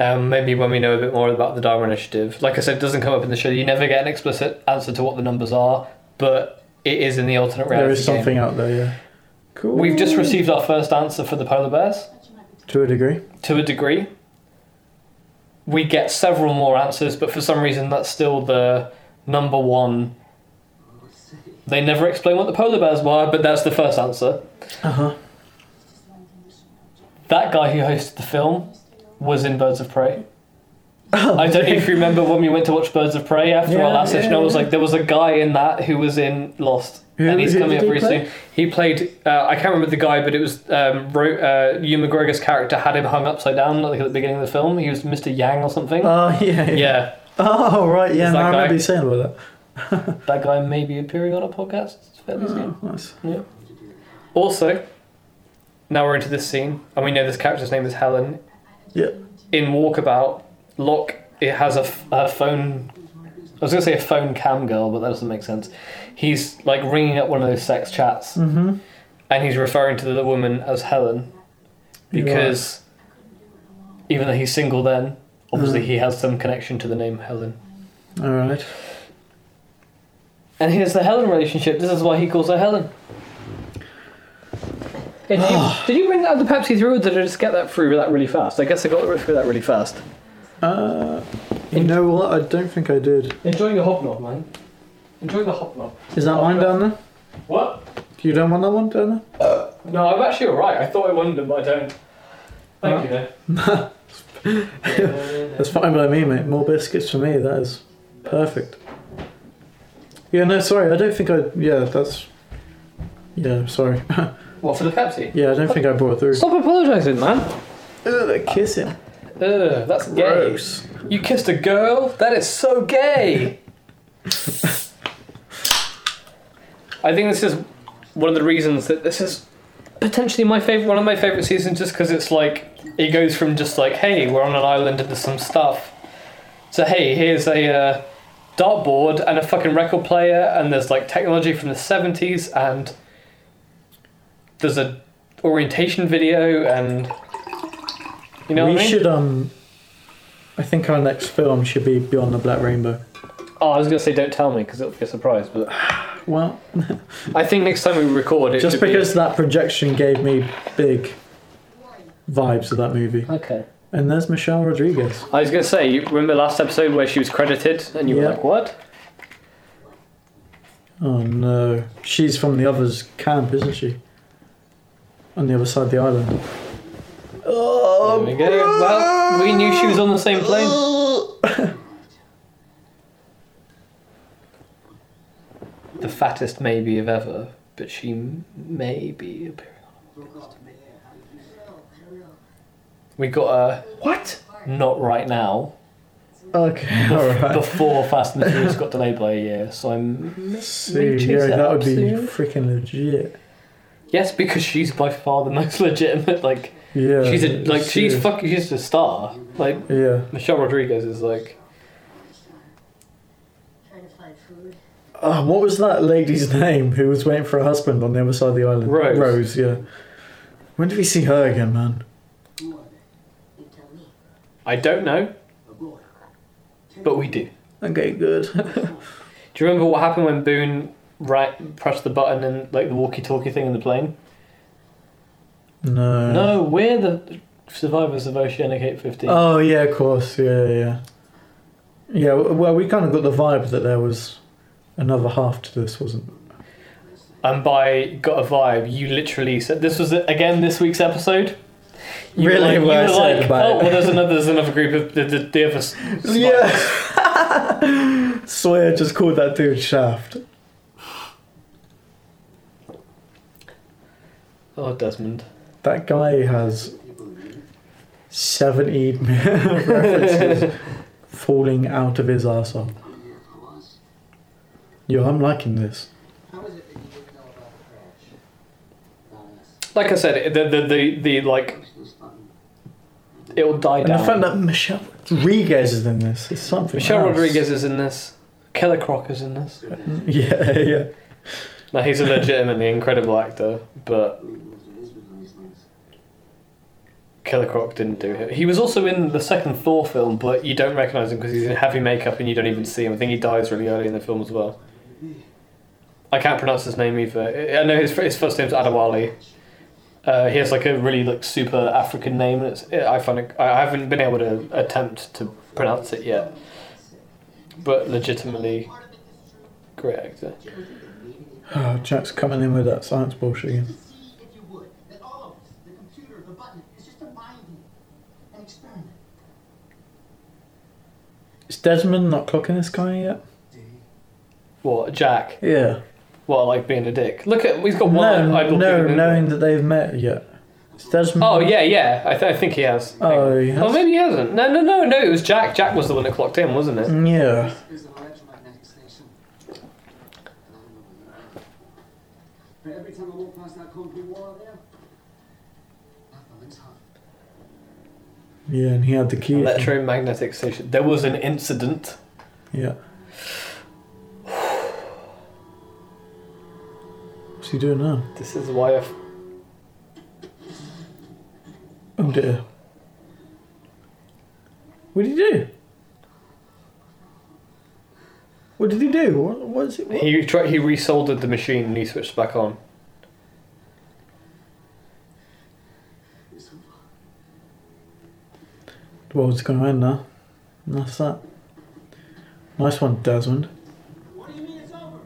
S1: Um, maybe when we know a bit more about the Dharma Initiative. Like I said, it doesn't come up in the show. You never get an explicit answer to what the numbers are, but it is in the alternate reality.
S2: There is something
S1: game.
S2: out there, yeah. Cool.
S1: We've just received our first answer for the polar bears
S2: To a degree.
S1: to a degree. We get several more answers, but for some reason, that's still the number one. They never explain what the polar bears were, but that's the first answer.
S2: Uh huh.
S1: That guy who hosted the film was in Birds of Prey.
S2: Oh.
S1: I don't know if you remember when we went to watch Birds of Prey after
S2: Yeah,
S1: our last session.
S2: yeah,
S1: I was
S2: yeah.
S1: like, there was a guy in that who was in Lost,
S2: Who-
S1: and he's
S2: who
S1: coming
S2: did
S1: up very
S2: he play?
S1: soon. He played, uh, I can't remember the guy, but it was um, Ro- uh, Ewan McGregor's character had him hung upside down like at the beginning of the film. He was Mr. Yang or something.
S2: Oh, yeah.
S1: yeah,
S2: Oh, right, yeah.
S1: Is
S2: no,
S1: that guy-
S2: I remember you saying about that.
S1: that guy may be appearing on a podcast fairly soon.
S2: Oh, nice.
S1: Yeah. Also, now we're into this scene, and we know this character's name is Helen.
S2: Yeah.
S1: In Walkabout, Locke it has a, f- a phone. I was gonna say a phone cam girl, but that doesn't make sense. He's like ringing up one of those sex chats,
S2: Mm-hmm.
S1: and he's referring to the woman as Helen
S2: You're
S1: because even though he's single, then obviously
S2: Hmm.
S1: he has some connection to the name Helen.
S2: All right.
S1: And here's the Helen relationship. This is why he calls her Helen. Hey, did, you, <sighs> did you bring that up the Pepsi through, or did I just get that through that really fast? I guess I got through that really fast.
S2: Uh, you know what? I don't think I did.
S1: Enjoy your hobnob, man. Enjoy the hobnob.
S2: Is that mine down there?
S1: What?
S2: You don't want that one, Dana?
S1: No, I'm actually alright. I thought I wanted them, but I don't. Thank you, though.
S2: That's fine by me, mate. More biscuits for me. That is perfect. Yeah, no, sorry. I don't think I. Yeah, that's. Yeah, sorry.
S1: <laughs>
S2: <laughs>
S1: What, for the Pepsi?
S2: yeah, I don't think I brought it through.
S1: Stop apologising, man.
S2: Ugh, they're kissing.
S1: Ugh, that's gay.
S2: Gross.
S1: You kissed a girl? That is so gay! I think this is one of the reasons that this is potentially my favorite, one of my favorite seasons, just because it's like it goes from just like, hey, we're on an island and there's some stuff, to hey, here's a uh, dartboard and a fucking record player, and there's like technology from the seventies, and there's a orientation video, and you know
S2: we
S1: what I mean?
S2: should um. I think our next film should be Beyond the Black Rainbow.
S1: Oh, I was gonna say don't tell me because it'll be a surprise, but.
S2: Well,
S1: I think next time we record it.
S2: just
S1: should be-
S2: because that projection gave me big vibes of that movie.
S1: Okay.
S2: And there's Michelle Rodriguez.
S1: I was gonna say, you remember last episode where she was credited and you
S2: Yeah.
S1: were like, "What?"
S2: Oh no. She's from the other's camp, isn't she? On the other side of the island.
S1: There we go. Well, we knew she was on the same plane. <laughs> the fattest maybe of ever, but she m- may be appearing. We got a what? Not right now.
S2: Okay, alright.
S1: <laughs> Before Fast and the Furious got delayed by a year, so I'm.
S2: See,
S1: Cheese
S2: yeah, that would be
S1: Absolute.
S2: freaking legit.
S1: Yes, because she's by far the most <laughs> legitimate. Like
S2: Yeah.
S1: she's a like she's
S2: serious.
S1: fucking she's a star. Like
S2: Yeah.
S1: Michelle Rodriguez is like
S6: Trying to find food.
S2: Uh, what was that lady's <laughs> name who was waiting for her husband on the other side of the island?
S1: Rose.
S2: Rose, yeah. When did we see her again, man?
S5: Who are they?
S6: You tell me.
S1: I don't know,
S5: A boy.
S1: but we do.
S2: Okay, good.
S1: Do you remember what happened when Boone right pressed the button and like the walkie-talkie thing in the plane?
S2: <laughs> no.
S1: No, we're the survivors of Oceanic 815.
S2: Oh yeah, of course. Yeah, yeah, yeah. Yeah. w- Well, we kind of got the vibe that there was another half to this, wasn't?
S1: and by got a vibe, you literally said this was again this week's episode. You were
S2: Really?
S1: like, you
S2: Well, I
S1: were
S2: said
S1: like,
S2: about
S1: oh,
S2: it." <laughs>
S1: well, there's another, there's another group of the the, the other. s-
S2: It? Yeah. <laughs> Sawyer just called that dude Shaft.
S1: Oh, Desmond.
S2: That guy has seventy <laughs> references falling out of his arsehole. Yo, I'm liking this.
S5: How is it that you didn't know about the crash? Not us.
S1: Like I said, the the the, the like
S5: This was fun.
S1: it'll die
S2: And
S1: down.
S2: the fact that Michelle Rodriguez is in this is something.
S1: Michelle
S2: else.
S1: Rodriguez is in this. Killer Croc is in this.
S2: <laughs> Yeah, yeah.
S1: Now he's a
S2: <laughs>
S1: legitimately incredible actor, but
S5: We moved to Israel on these things.
S1: Killer Croc didn't do it. He was also in the second Thor film, but you don't recognize him because he's in heavy makeup and you don't even see him. I think he dies really early in the film as well. I can't pronounce his name either. I I know his, his first name's Adewale. Uh, he has like a really like super African name, and it's I find it, I haven't been able to attempt to pronounce it yet. But legitimately, great actor.
S5: Jim, was it the meeting?
S2: Oh, Jack's coming in with that science bullshit again.
S5: To see, if you would, that all of us, the computer, the button, is just a mind game, an experiment.
S2: Is Desmond not clocking this guy yet?
S1: What Jack?
S2: Yeah.
S1: What I like being a dick? Look at he's got one.
S2: no,
S1: eyeball
S2: no,
S1: bigger than-
S2: knowing that they've met yet. Is Desmond?
S1: Oh yeah, yeah. I, th- I think he has.
S2: Oh, he has?
S1: Oh, maybe he hasn't. No, no, no, no. It was Jack. Jack was the one that clocked in, wasn't it?
S2: Yeah.
S5: There's an electromagnetic station. And I remember that. But every time I walk past that concrete wall out there, nothing's hot.
S2: Yeah, and he had the key.
S1: Electromagnetic station. There was an incident.
S2: Yeah. What's he doing now?
S1: This is why I. F-
S2: Oh dear. What did he do? What did he do? What, what is it? What?
S1: he tried. He resoldered the machine and he switched back on.
S5: It's so far.
S2: The world's going to end now. And that's that. Nice one, Desmond.
S5: What do you mean it's over?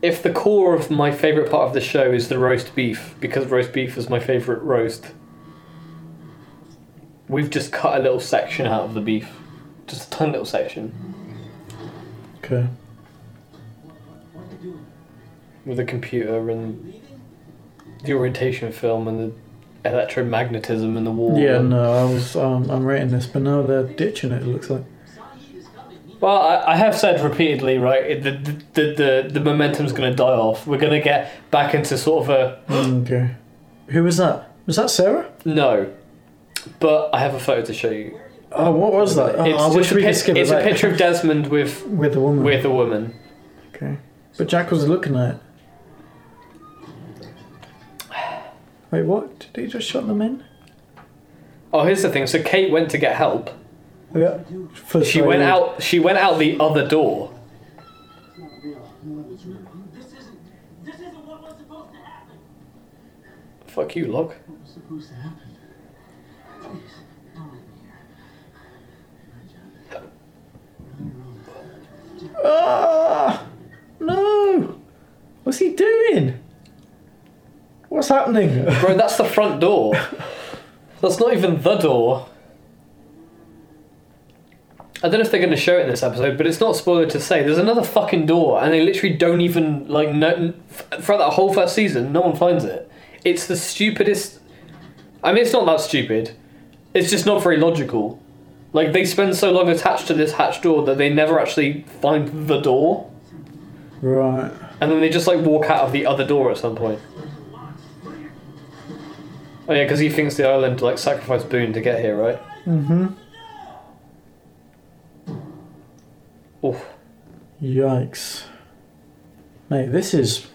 S1: if the core of my favorite part of the show is the roast beef, because roast beef is my favorite roast, we've just cut a little section out of the beef, just a tiny little section
S2: Okay.
S5: What are you doing?
S1: with the computer and the orientation film and the electromagnetism in the wall.
S2: Yeah, no, I was. Um, I'm rating this, but now they're ditching it. It looks like.
S1: Well, I, I have said repeatedly, right? it- The the the, the momentum's going to die off. We're going to get back into sort of a
S2: Mm, Okay. Who was that? Was that Sarah?
S1: no, but I have a photo to show you.
S2: Oh, what was that? Oh, I wish
S1: just a
S2: we
S1: pic-
S2: could skip it
S1: It's
S2: back.
S1: a picture of Desmond with
S2: with the woman.
S1: with a woman.
S2: Okay. But Jack was looking at it. Wait, what? Did he just shut them in?
S1: Oh, here's the thing. So Kate went to get help.
S2: Yeah. For
S1: She went out. She went out the other door.
S5: It's not real. No one is real.
S4: This isn't. This isn't what was supposed to happen.
S1: Fuck you, log.
S5: What was supposed to happen? Please, don't leave me here.
S2: Ah, no! What's he doing? What's happening?
S1: Bro, that's the front door. That's not even the door. I don't know if they're going to show it in this episode, but it's not spoiler to say there's another fucking door, and they literally don't even like no. f- Throughout that whole first season, no one finds it. It's the stupidest. I mean, it's not that stupid. It's just not very logical. Like they spend so long attached to this hatch door that they never actually find the door,
S2: right.
S1: and then they just like walk out of the other door at some point. Oh yeah, because he thinks the island like sacrificed Boone to get here, right?
S2: Mm-hmm.
S1: Oh,
S2: Yikes. Mate, this is.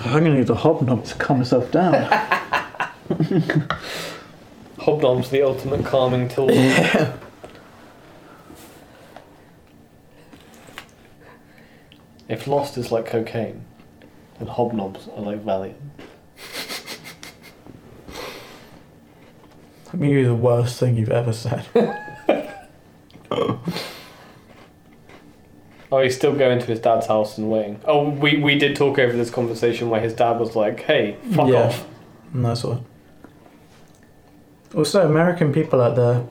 S2: I'm gonna need the hobnob to calm
S1: <laughs>
S2: myself down.
S1: hobnob's the ultimate calming
S2: <laughs>
S1: tool. if lost is like cocaine, then hobnobs are like Valiant.
S2: I mean, you're the worst thing you've ever said.
S1: Oh, he's still going to his dad's house and waiting. Oh, we we did talk over this conversation where his dad was like, "Hey, fuck
S2: Yeah.
S1: off."
S2: And that's what. Also, American people out there,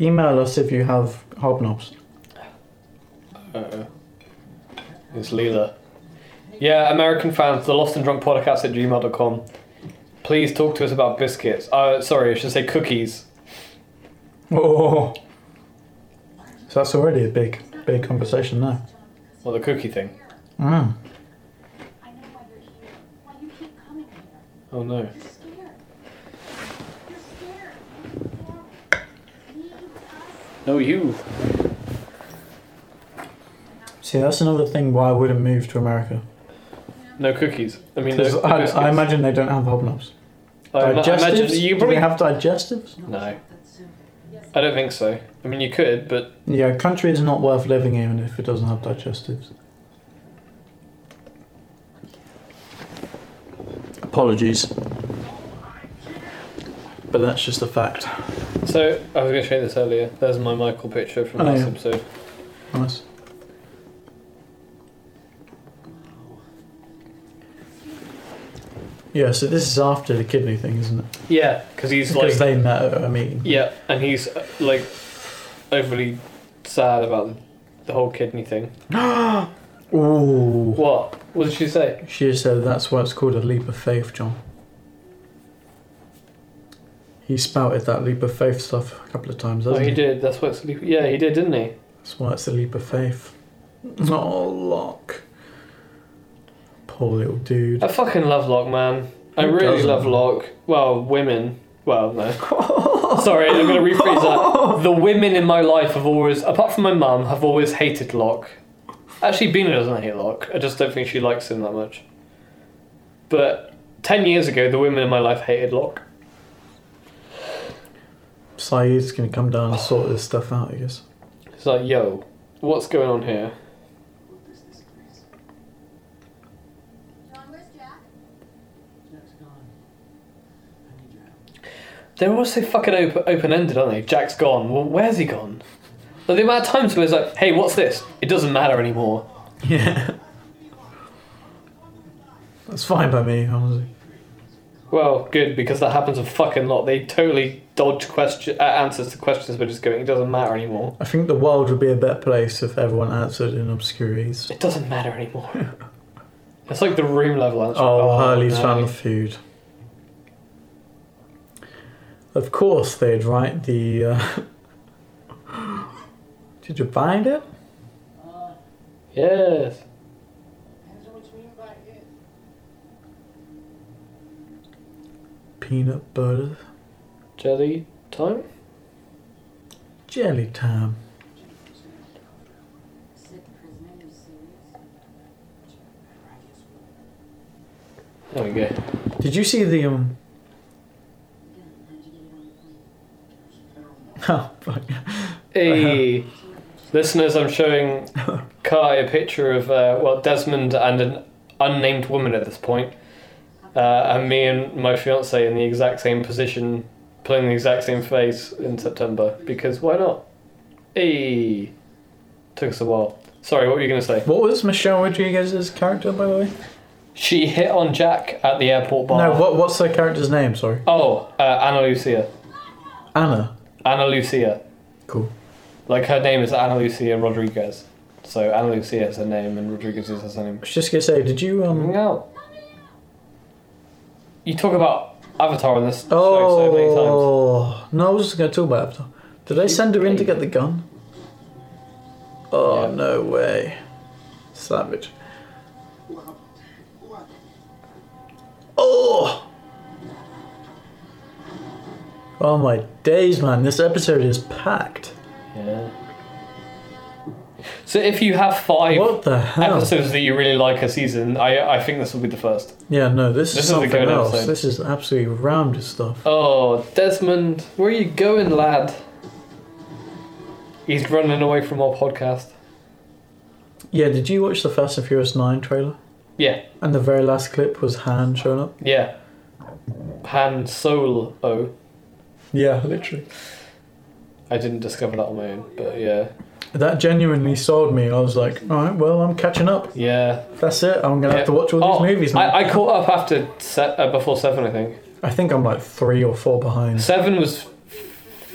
S2: email us if you have hobnobs.
S1: Uh-oh. It's Leela. Yeah, American fans, the lost and drunk podcast at gmail.com. Please talk to us about biscuits. Uh, sorry, I should say cookies.
S2: Oh. So that's already a big, big conversation now.
S1: Well, the cookie thing.
S2: Mm.
S7: I know why you're here, why you keep coming here.
S1: Oh no.
S7: You're scared. You're scared. Leave us.
S1: No, you.
S2: See, that's another thing why I wouldn't move to America.
S1: No cookies. I mean, no,
S2: 'Cause
S1: no
S2: I,
S1: biscuits.
S2: I imagine they don't have hobnobs.
S1: I ma- I
S2: digestives?
S1: imagine you
S2: Do
S1: probably.
S2: they have digestives?
S1: No. I don't think so. I mean, you could, but
S2: Yeah, country is not worth living in if it doesn't have digestives. Apologies. But that's just a fact.
S1: so I was going to show you this earlier. There's my Michael picture from
S2: Oh,
S1: last
S2: yeah.
S1: episode.
S2: Nice. Yeah, so this is after the kidney thing, isn't it?
S1: Yeah, because he's like
S2: Because they met at a meeting.
S1: Yeah, and he's uh, like overly sad about the whole kidney thing.
S2: Ooh.
S1: What? What did she say?
S2: She said that's why it's called a leap of faith, John. He spouted that leap of faith stuff a couple of times,
S1: Oh,
S2: hasn't
S1: he did. That's what. Sleep- yeah, he did, didn't he?
S2: That's why it's a leap of faith. Not a lock. Poor little dude.
S1: I fucking love Locke, man. I
S2: Who
S1: really
S2: doesn't?
S1: love Locke. Well, women. Well, no. Sorry, I'm gonna rephrase that. The women in my life have always, apart from my mum, have always hated Locke. Actually, Bina doesn't hate Locke. I just don't think she likes him that much. But ten years ago, the women in my life hated Locke.
S2: Saeed's gonna come down and sort this stuff out, I guess.
S1: It's like, yo, what's going on here?
S5: What is this place?
S7: John, where's Jack?
S5: Jack's gone. I need your help.
S1: They're all so fucking op- open ended, aren't they? Jack's gone. Well, where's he gone? Like the amount of times where it's like, hey, what's this? It doesn't matter anymore.
S2: Yeah. That's fine by me, honestly.
S1: Well, good because that happens a fucking lot. They totally dodge question uh, answers to questions by just going, "It doesn't matter anymore."
S2: I think the world would be a better place if everyone answered in obscurities.
S1: It doesn't matter anymore. <laughs> it's like the room level answer.
S2: Oh, Hurley's
S1: no.
S2: fan food. Of course, they'd write the. Uh... <laughs> Did you find it?
S1: Yes.
S2: Peanut butter
S1: Jelly time.
S2: jelly time.
S6: Sick prisoner, you serious?
S1: There we go.
S2: Did you see the um?
S6: Gun,
S2: <laughs>
S6: how'd you get it on the plane?
S2: Oh, fuck.
S1: Hey,
S2: Uh-huh.
S1: listeners, I'm
S2: <laughs>
S1: showing Kai a picture of uh, well Desmond and an unnamed woman at this point, uh, and me and my fiance in the exact same position, playing the exact same face in September because why not? Hey, took us a while. Sorry, what were you gonna say?
S2: What was Michelle Rodriguez's character, by the way?
S1: She hit on Jack at the airport bar.
S2: No, what what's her character's name? Sorry,
S1: Oh, uh, Anna Lucia.
S2: Anna.
S1: Anna Lucia.
S2: Cool.
S1: Like her name is Ana Lucia Rodriguez. So Ana Lucia is her name and Rodriguez is her surname.
S2: I was just gonna say, did you um?
S1: No. You talk about Avatar on this show so many times.
S2: Oh no, I was just gonna talk about it after. Did they send her in to get the gun? Oh
S1: Yeah.
S2: no way, savage. Oh. Oh my days, man! This episode is packed.
S1: Yeah. So if you have five
S2: What the hell?
S1: episodes that you really like a season, I I think this will be the first.
S2: Yeah, no, this,
S1: This is
S2: is
S1: a
S2: something
S1: good
S2: else.
S1: episode.
S2: This is absolutely rammed with stuff.
S1: Oh, Desmond, where are you going, lad? He's running away from our podcast.
S2: Yeah, did you watch the Fast and Furious 9 trailer?
S1: Yeah,
S2: And the very last clip was Han showing up?
S1: yeah. Han Solo. Oh,
S2: Yeah, literally.
S1: I didn't discover that on my own, but yeah.
S2: That genuinely sold me. I was like, alright, well, I'm catching up.
S1: Yeah.
S2: That's it. I'm going to
S1: Yeah.
S2: have to watch all
S1: Oh,
S2: these movies now. I,
S1: I, I caught up after se- uh, before seven, I think.
S2: think I'm like three or four behind.
S1: Seven was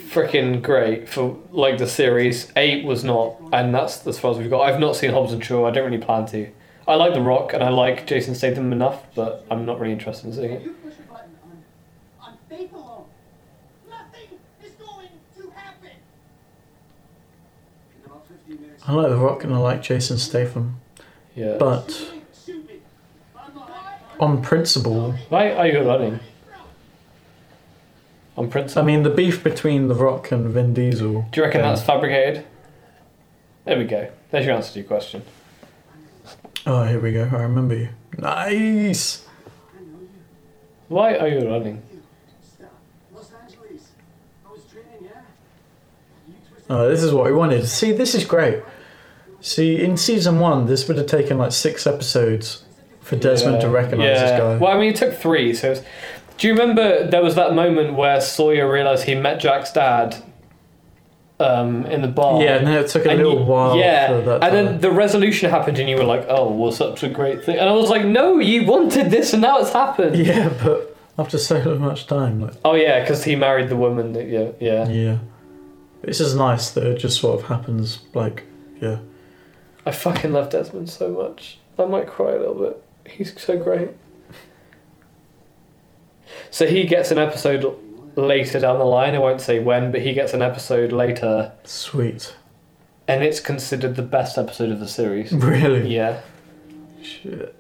S1: freaking great for like the series. Eight was not, and that's as far as we've got. I've not seen Hobbs and Shaw. I don't really plan to. I like The Rock and I like Jason Statham enough, but I'm not really interested in seeing it.
S4: You push a button on, on faith alone. Nothing is going to happen.
S5: In about 15 minutes,
S2: I like The Rock and I like Jason Statham.
S1: Yeah.
S2: But
S4: Shoot me. I'm not having
S2: on principle,
S1: Why are you running? On Prince.
S2: I mean, the beef between The Rock and Vin Diesel.
S1: Do you reckon
S2: um,
S1: that's fabricated? There we go. There's your answer to your question.
S2: Oh, here we go. I remember you. Nice!
S1: Why are you running?
S5: stop. Los Angeles. I was training, yeah? You twisted
S2: Oh, this is what we wanted. See, this is great. See, in season one, this would have taken like six episodes for Desmond to recognize this guy.
S1: Well, I mean, it took three. So, it's- do you remember there was that moment where Sawyer realized he met Jack's dad um, in the bar?
S2: Yeah, no, it took a
S1: And
S2: little
S1: you-
S2: while
S1: Yeah,
S2: for that.
S1: and then
S2: time.
S1: the resolution happened, and you were like, "Oh, well, such a great thing." And I was like, "No, you wanted this, and now it's <laughs> happened."
S2: yeah, but after so much time, like,
S1: Oh yeah, because he married the woman. That, yeah, yeah,
S2: yeah, this is nice that it just sort of happens. Like, yeah,
S1: I fucking love Desmond so much. I might cry a little bit. He's so great. So he gets an episode l- later down the line. I won't say when, but he gets an episode later,
S2: sweet, <laughs>
S1: and it's considered the best episode of the series.
S2: really.
S1: Yeah.
S2: Shit.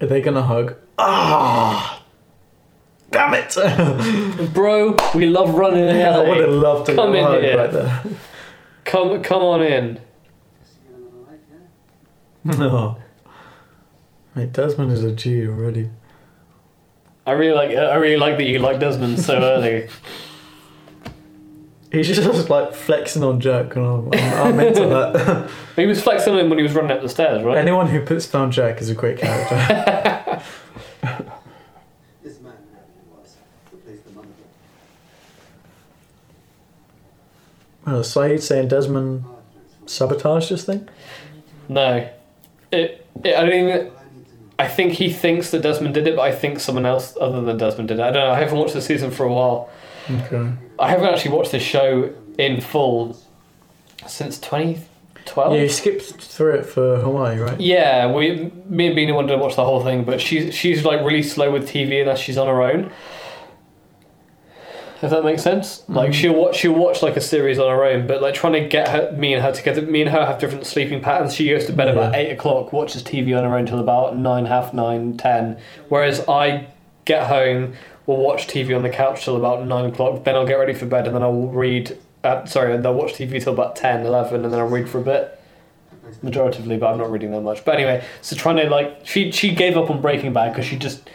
S2: Are they gonna hug? Ah, damn it! <laughs>
S1: Bro, we love running in
S2: Yeah, I would have
S1: LA.
S2: loved to
S1: Come
S2: get
S1: in
S2: a hug
S1: here.
S2: right there.
S1: Come, come on in.
S5: you in another life, yeah?
S2: <laughs> No. Mate, Desmond is a G already.
S1: I really like, I really like that you like Desmond so early.
S2: He's just like flexing on Jack, and I'm, I'm, I'm into that. <laughs>
S1: He was flexing on him when he was running up the stairs, right?
S2: Anyone who puts down Jack is a
S1: <laughs>
S2: great character.
S5: This man, whoever he was, replaced the mother.
S2: Uh, Saeed saying Desmond
S5: Hard transform.
S2: sabotaged this thing?
S1: No. It, it, I don't even.
S5: Well, I need to know.
S1: I think he thinks that Desmond did it, but I think someone else other than Desmond did it. I don't know. I haven't watched the season for a while.
S2: Okay.
S1: I haven't actually watched this show in full since 2012.
S2: Yeah, you skipped through it for Hawaii, right?
S1: Oh. Yeah, we me and Bina wanted to watch the whole thing, but she's she's like really slow with TV unless she's on her own. If that makes sense,
S2: Mm-hmm.
S1: like she'll watch she'll watch like a series on her own, but like trying to get her me and her together. Me and her have different sleeping patterns. She goes to bed about
S2: Yeah.
S1: eight o'clock, watches TV on her own till about nine, half nine, ten. Whereas I get home, will watch TV on the couch till about nine o'clock. Then I'll get ready for bed, and then I'll read. Uh, sorry, I'll watch TV till about 10, 11, and then I'll read for a bit majoritively, but I'm not reading that much. But anyway, so trying to like she she gave up on Breaking Bad because she just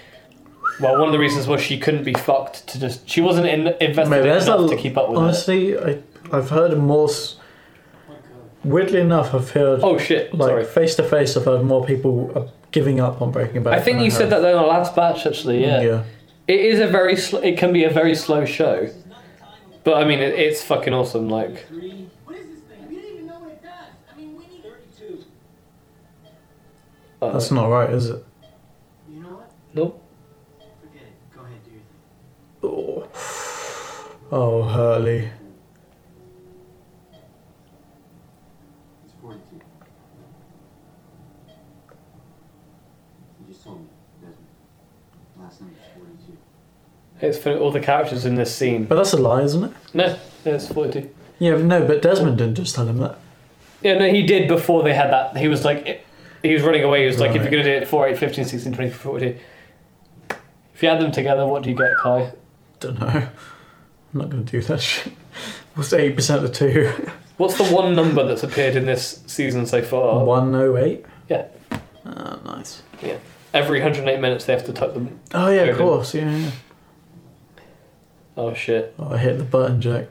S1: well one of the reasons was she couldn't be fucked to just she wasn't in, invested
S2: Maybe
S1: enough
S2: that's a,
S1: to keep up with it.
S2: honestly, I, I've heard more. s- Weirdly enough, I've heard
S1: Oh shit!
S2: like
S1: sorry.
S2: face to face. I've heard more people uh, giving up on Breaking Bad.
S1: I think
S2: than
S1: you said
S2: have.
S1: that there in the last batch actually. Yeah. It is a very sl- it can be a very slow show, but I mean it, it's fucking awesome. Like
S8: Three. What is this thing? You don't even know what it does. I mean, we need 32.
S1: uh,
S2: that's not right, is it?
S8: You know what?
S1: nope.
S8: Forget it. Go ahead, do your thing.
S2: Oh, <sighs> oh Hurley.
S5: It's 42. You just told me, Desmond. Last number's 42.
S1: It's for all the characters in this scene.
S2: But that's a lie, isn't it?
S1: No, it's forty.
S2: Yeah, no, but Desmond didn't just tell him that.
S1: Yeah, no, he did before they had that. He was like, it- he was running away. He was like, if
S2: Right.
S1: you're going to do it 4, 8, 15, 16, 20, 40. If you add them together, what do you get, Kai?
S2: Don't know. I'm not gonna do that <laughs> shit. What's eight percent of two?
S1: What's the one number that's appeared in this season so far?
S2: One oh eight.
S1: Yeah.
S2: Ah, nice.
S1: Yeah. Every 108 minutes, they have to tuck them.
S2: Oh yeah, of
S1: Open.
S2: course. Yeah, yeah.
S1: Oh, shit.
S2: Oh, I hit the button, Jack.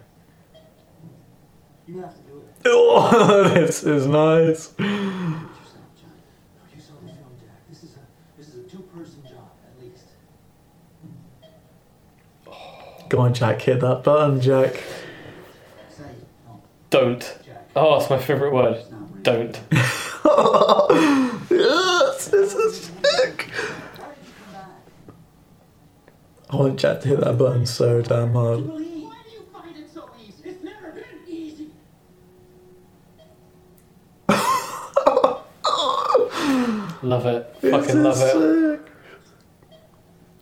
S5: You have to do it.
S2: Oh, <laughs> this is nice.
S5: Do it yourself, John. No, you saw the film, Jack. This is a, this is a two-person job, at least.
S2: Go on, Jack. Hit that button, Jack.
S5: Say, it. no,
S1: Don't.
S5: Oh, Jack.
S1: Oh, it's my favourite word.
S5: It's not real.
S1: Don't.
S2: <laughs> Yes, this is sick. I want Jack to hit that button so damn hard.
S5: Believe.
S8: Why do you find it so easy? It's never been easy.
S1: Love it.
S2: This
S1: Fucking love
S2: is
S1: it.
S2: sick.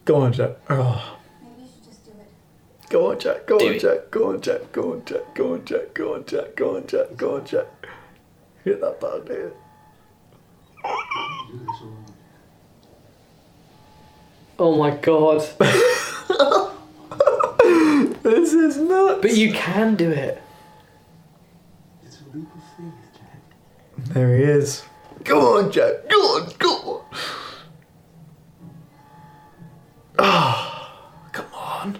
S2: Go on, Jack. Oh.
S6: you should just do it.
S2: Go on, Jack. Go on, Jack. Go on, Jack. Go on, Jack. Go on, Jack. Go on, Jack. Go on, Jack. Go on, Jack. Hit that button. Hit it.
S5: Do this alone.
S1: Oh my god.
S2: This is nuts.
S1: But you can do it.
S5: It's a leap of faith, Jack.
S2: There he is. Go on, Jack. Go on, go on. Oh, Ah. come on.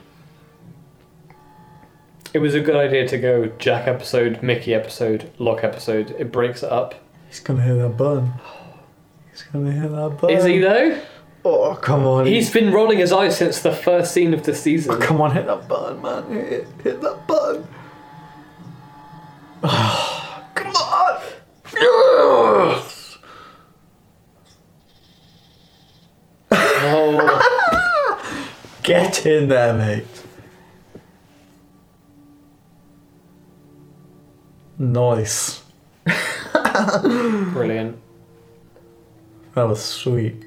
S1: It was a good idea to go Jack episode, Mickey episode, Locke episode. It breaks it up.
S2: He's gonna hit that button. He's gonna hit that button.
S1: Is he though?
S2: Oh, come on.
S1: He's been rolling his eyes since the first scene of the
S2: <laughs>
S1: season.
S2: Come on, hit that button, man. Hit, it. hit that button. Oh, come on. Ah. Yes.
S1: Oh,
S2: Get in there, mate. Nice.
S1: brilliant.
S2: That was sweet. <laughs>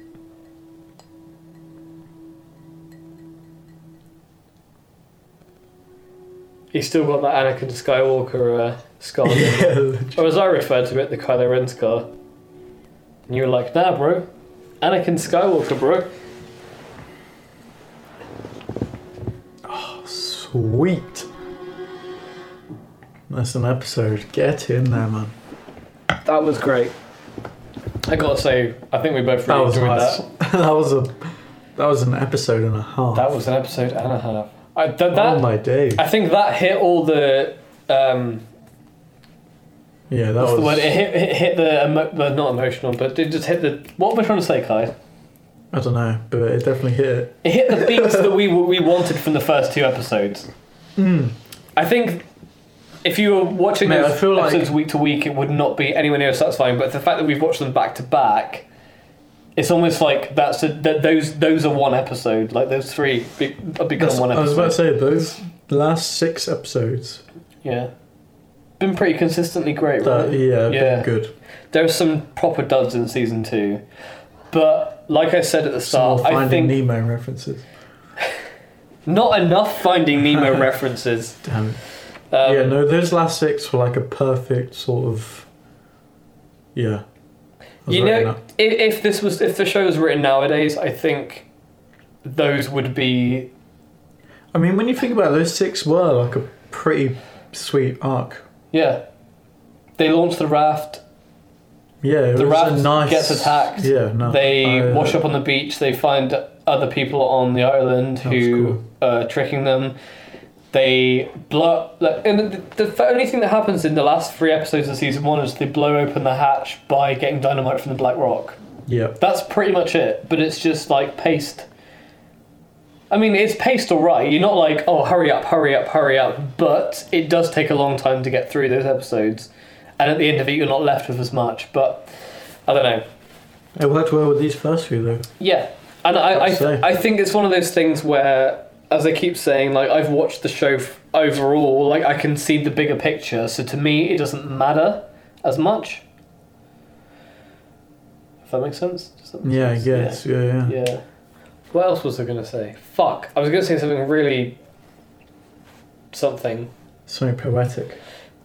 S1: He's still got that Anakin Skywalker uh, scar.
S2: Yeah.
S1: Or as I refer to it, the Kylo Ren scar. And you were like, nah, bro. Anakin Skywalker, bro.
S2: Sweet. That's an episode. Get in there, man.
S1: That was great. I gotta say, I think we both really
S2: That was
S1: enjoyed
S2: nice.
S1: that.
S2: <laughs> That. was a that was an episode and a half.
S1: That was an episode and a half. I, that,
S2: oh
S1: that,
S2: my day.
S1: I think that hit all the. Um,
S2: yeah, that
S1: what's
S2: was.
S1: the word? It hit, hit, hit the. Emo- well, not emotional, but it just hit the. What am I trying to say, Kai?
S2: I don't know, but it definitely hit. it.
S1: It hit the beats that we we wanted from the first two episodes. I think If you were watching
S2: Mate, Hmm. I
S1: those
S2: feel like-
S1: episodes week to week, it would not be anywhere near as satisfying. But the fact that we've watched them back to back, it's almost like that's a, that those those are one episode. Like those three be, become
S2: That's-
S1: one
S2: I was
S1: episode.
S2: about to say those last six episodes.
S1: Yeah, been pretty consistently great.
S2: That
S1: right?
S2: yeah,
S1: Yeah.
S2: been good.
S1: There's some proper duds in season two, but like I said at the
S2: Some
S1: start, I
S2: more Finding
S1: think
S2: Nemo references.
S1: not enough Finding
S2: <laughs>
S1: Nemo references.
S2: Damn it.
S1: Um,
S2: yeah, no, those last six were like a perfect sort of. Yeah. I was
S1: You
S2: writing
S1: know,
S2: that.
S1: if, if this was if the show was written nowadays, I think those would be
S2: I mean, when you think about it, those six were like a pretty sweet arc.
S1: yeah. They launch the raft.
S2: Yeah, it
S1: The
S2: was
S1: raft
S2: a nice.
S1: gets attacked.
S2: Yeah, no.
S1: They
S2: I, uh,
S1: wash up on the beach. They find other people on the island
S2: That was
S1: who are tricking them. They blow like, and the, the only thing that happens in the last three episodes of season one is they blow open the hatch by getting dynamite from the Black Rock.
S2: Yeah.
S1: That's pretty much it, but it's just like paced. I mean, it's paced alright. You're not like, oh, hurry up, hurry up, hurry up, but it does take a long time to get through those episodes. And at the end of it, you're not left with as much, but I don't know.
S2: It worked well with these first few, though.
S1: Yeah. And I,
S2: I'd say.
S1: I, I think it's one of those things where, as I keep saying, like, I've watched the show f- overall, like, I can see the bigger picture, so to me, it doesn't matter as much. If that makes sense? Does that make
S2: Yeah, I
S1: sense?
S2: guess. Yeah, yeah.
S1: Yeah. What else was I going to say? Fuck. I was going to say something really. something.
S2: Something poetic.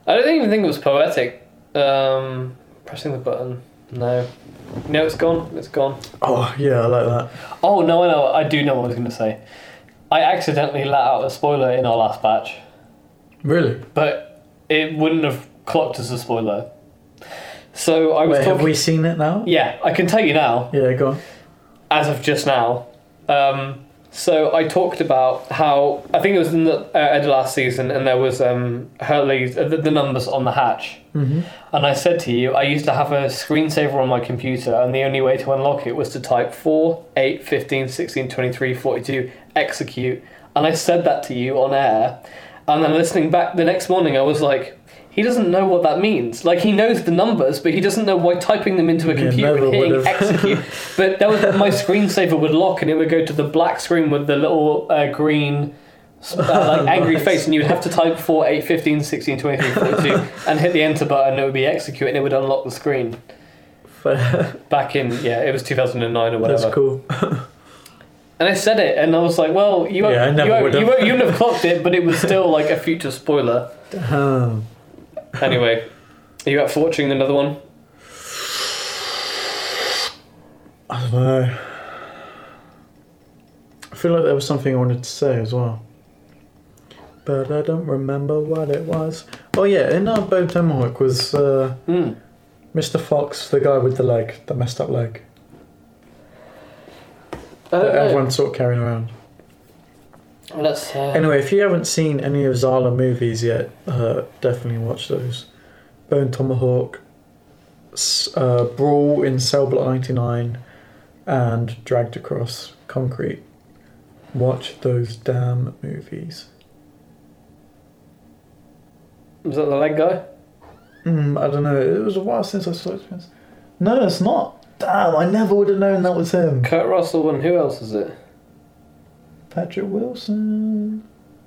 S1: I don't even think it was poetic. Um, pressing the button. No. No, it's gone. It's gone.
S2: Oh, yeah, I like that.
S1: Oh, no, I know. I do know what I was going to say. I accidentally let out a spoiler in our last batch,
S2: Really?
S1: but it wouldn't have clocked as a spoiler. So I was
S2: Wait, have
S1: talking.
S2: we seen it now?
S1: Yeah, I can tell you now.
S2: Yeah, go on. <laughs>
S1: as of just now. Um, so I talked about how I think it was in the uh, end of last season, and there was um, Hurley's uh, the, the numbers on the hatch.
S2: Mhm.
S1: And I said to you, I used to have a screensaver on my computer, and the only way to unlock it was to type 4, 8, 15, 16, 23, 42, execute. And I said that to you on air. And then listening back the next morning, I was like, he doesn't know what that means. Like, he knows the numbers, but he doesn't know why typing them into a
S2: Yeah,
S1: computer
S2: never
S1: and hitting
S2: would've. <laughs>
S1: execute. But that was my screensaver would lock, and it would go to the black screen with the little uh, green. Uh,
S2: <laughs>
S1: like angry face, and you would have to type 4, 8, 15, 16, 23, 42,
S2: <laughs>
S1: and hit the enter button, it would be execute, and it would unlock the screen. Back in, yeah, it was 2009 or whatever.
S2: That's cool.
S1: And I said it, and I was like, well, you,
S2: Yeah, I
S1: won't-
S2: never
S1: you, won't-
S2: would've.
S1: you, won't- you wouldn't have clocked it, but it was still like a future spoiler.
S2: Um,
S1: Anyway, are you up for watching another one?
S2: I don't know. I feel like there was something I wanted to say as well. But I don't remember what it was. Oh yeah, in our Bo Tomahawk was uh,
S1: Hmm.
S2: Mr. Fox, the guy with the leg, the messed up leg.
S1: I
S2: That
S1: don't know.
S2: everyone's sort of carrying around.
S1: Let's, uh,
S2: Anyway, if you haven't seen any of Zala movies yet, uh, definitely watch those. Bone Tomahawk, S- uh, Brawl in Cell Block 99, and Dragged Across Concrete. Watch those damn movies.
S1: was that the leg guy?
S2: Mm, I don't know, it was a while since I saw it. No, it's not. Damn, I never would have known that was him.
S1: Kurt Russell, and who else is it?
S2: Patrick Wilson.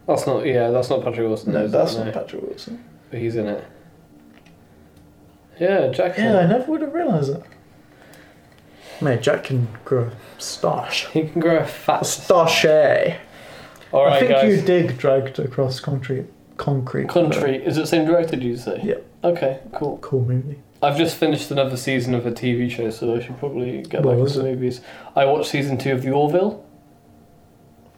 S1: That's not, yeah, that's not Patrick Wilson.
S2: No,
S1: is it?
S2: that's
S1: No.
S2: not Patrick Wilson.
S1: But he's in it. Yeah, Jackson.
S2: Yeah, I never would have realised that. Mate, Jack can grow a stash.
S1: He can grow a
S2: A
S1: fat.
S2: stash, eh?
S1: All
S2: I
S1: right,
S2: think
S1: guys.
S2: you dig dragged across country. Concrete.
S1: Country is it same director? Did you say?
S2: Yeah.
S1: Okay, cool.
S2: Cool movie.
S1: I've just finished another season of a TV show, so I should probably get
S2: What
S1: back
S2: was
S1: into movies. I watched season two of The Orville.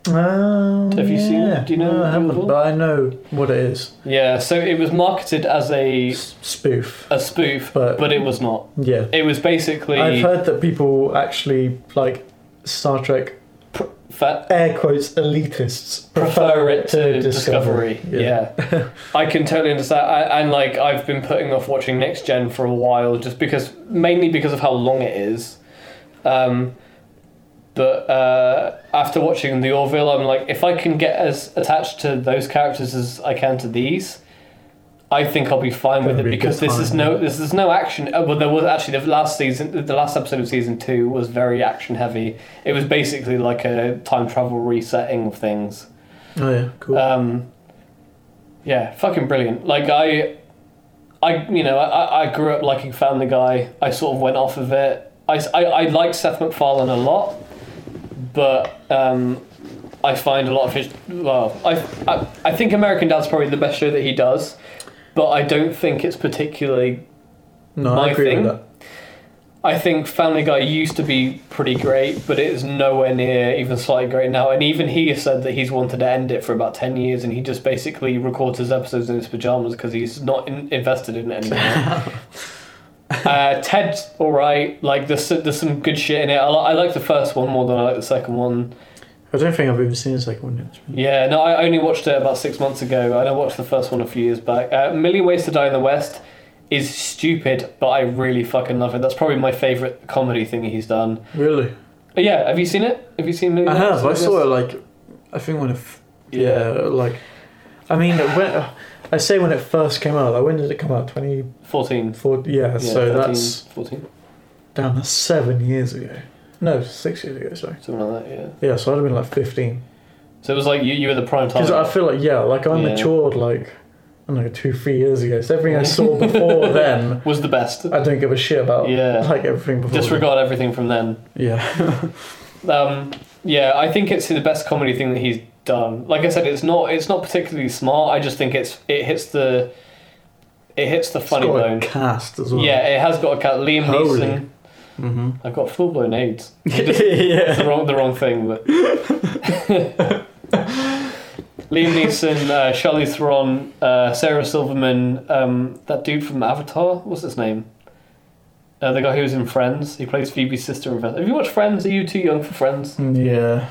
S2: Um,
S1: Have you seen it?
S2: yeah.
S1: Do you know
S2: No,
S1: the
S2: I
S1: novel?
S2: haven't, but I know what it is.
S1: Yeah, so it was marketed as a
S2: S- Spoof.
S1: a spoof, but,
S2: But-
S1: it was not.
S2: Yeah.
S1: It was basically
S2: I've heard that people actually like Star Trek
S1: fa-
S2: air quotes elitists
S1: prefer it to Discovery.
S2: Yeah.
S1: Yeah, <laughs> I can totally understand. I, and like, I've been putting off watching Next Gen for a while, just because, mainly because of how long it is. Um, but uh, after watching The Orville, I'm like, if I can get as attached to those characters as I can to these, I think I'll be fine with
S2: That'd
S1: it
S2: be a
S1: because
S2: good
S1: this is
S2: time.
S1: no this is no action. Uh, well, there was actually the last season, the last episode of season two was very action heavy. It was basically like a time travel resetting of things.
S2: Oh yeah, cool.
S1: Um, yeah, fucking brilliant. Like I, I you know I, I grew up liking Family Guy. I sort of went off of it. I s- I, I like Seth MacFarlane a lot, but um, I find a lot of his well I, I I think American Dad's probably the best show that he does, but I don't think it's particularly
S2: no, I
S1: my
S2: agree
S1: thing?
S2: with that.
S1: I think Family Guy used to be pretty great, but it is nowhere near even slightly great now. And even he has said that he's wanted to end it for about 10 years and he just basically records his episodes in his pajamas because he's not in- invested in it anymore. uh, Ted's alright. Like, there's, s- there's some good shit in it. I, li- I like the first one more than I like the second one.
S2: I don't think I've even seen the second one. yet.
S1: Yeah, no, I only watched it about six months ago. I don't watch the first one a few years back. Uh, Million Ways to Die in the West is stupid, but I really fucking love it. That's probably my favourite comedy thing he's done.
S2: Really?
S1: But yeah, have you seen it? Have you seen Million Ways
S2: I have.
S1: to
S2: I
S1: Die?
S2: saw it like, I think when it, f- yeah, like, I mean, when I say when it first came out, like when did it come out? Twenty
S1: 14.
S2: four. Yeah,
S1: Yeah,
S2: so
S1: 13,
S2: that's
S1: 14,
S2: damn, that's seven years ago. No, six years ago. Sorry.
S1: something like that, yeah.
S2: Yeah, so I'd have been like fifteen.
S1: So it was like you, you were the prime time.
S2: Because I feel like yeah, like I
S1: Yeah.
S2: matured like I don't know two three years ago.
S1: <laughs>
S2: So everything I saw before then,
S1: was the best.
S2: I don't give a shit about.
S1: Yeah.
S2: Like everything before. then.
S1: Disregard everything from then. <laughs>
S2: Yeah.
S1: Um, yeah, I think it's the best comedy thing that he's done. Like I said, it's not it's not particularly smart. I just think it's it hits the it hits the funny
S2: it's got
S1: bone.
S2: A cast as well.
S1: Yeah, it has got a cat. Liam
S2: Holy.
S1: Neeson.
S2: hmm
S1: I've got full blown AIDS.
S2: <laughs> yeah.
S1: It's <laughs> the wrong, the wrong thing, but. Liam Neeson, uh, Charlie Theron, uh, Sarah Silverman, um, that dude from Avatar, what's his name? Uh, the guy who was in Friends, he plays Phoebe's sister in Friends. Have you watched Friends? Are you too young for Friends?
S2: Yeah.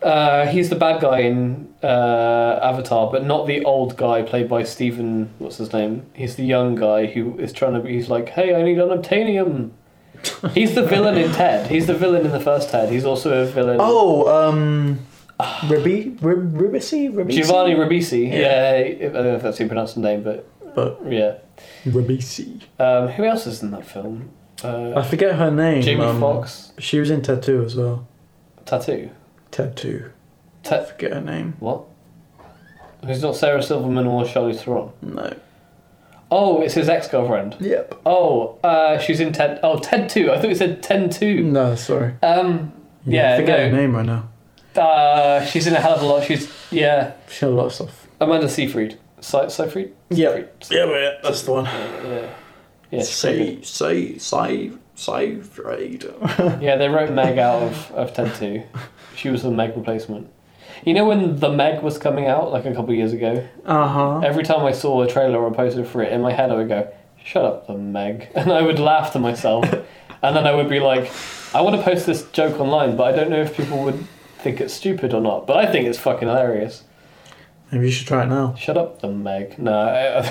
S1: Uh, he's the bad guy in uh, Avatar, but not the old guy played by Stephen. What's his name? He's the young guy who is trying to. be He's like, hey, I need unobtainium. he's the villain in Ted. He's the villain in the first Ted. He's also a villain.
S2: Oh, um, Ribby, Rib, Ribisi, Ribisi,
S1: Giovanni Ribisi.
S2: Yeah.
S1: Yeah. I don't know if that's how you pronounce the name, but
S2: but
S1: yeah.
S2: Ribisi.
S1: Um, who else is in that film? Uh,
S2: I forget her name.
S1: Jamie
S2: um,
S1: Fox,
S2: She was in Tattoo as well.
S1: Tattoo.
S2: Tattoo.
S1: Ta-
S2: Forget her name.
S1: what? Who's not Sarah Silverman or Charlie Theron?
S2: No.
S1: Oh, it's his ex-girlfriend.
S2: Yep.
S1: Oh, uh, she's in Ted. Oh, Ted Two. I thought you said Ten Two.
S2: No, sorry.
S1: Um, yeah,
S2: Mm. I forget her
S1: no.
S2: name right now.
S1: Uh, she's in a hell of a lot. She's yeah,
S2: She had a lot of stuff.
S1: Amanda Seyfried. Se- Seyfried.
S2: Yeah. Yeah, wait, that's the one.
S1: Yeah. Yeah, she's
S2: Say, say, save, save, raid. <laughs>
S1: pretty good. yeah, they wrote Meg out of, of Ted 2. She was the Meg replacement. You know when the Meg was coming out, like a couple of years ago?
S2: Uh huh.
S1: Every time I saw a trailer or a poster for it, in my head I would go, shut up, the Meg. <laughs> And I would laugh to myself. and then I would be like, I want to post this joke online, but I don't know if people would think it's stupid or not. But I think it's fucking hilarious.
S2: Maybe you should try it now.
S1: Shut up, the Meg. No, I,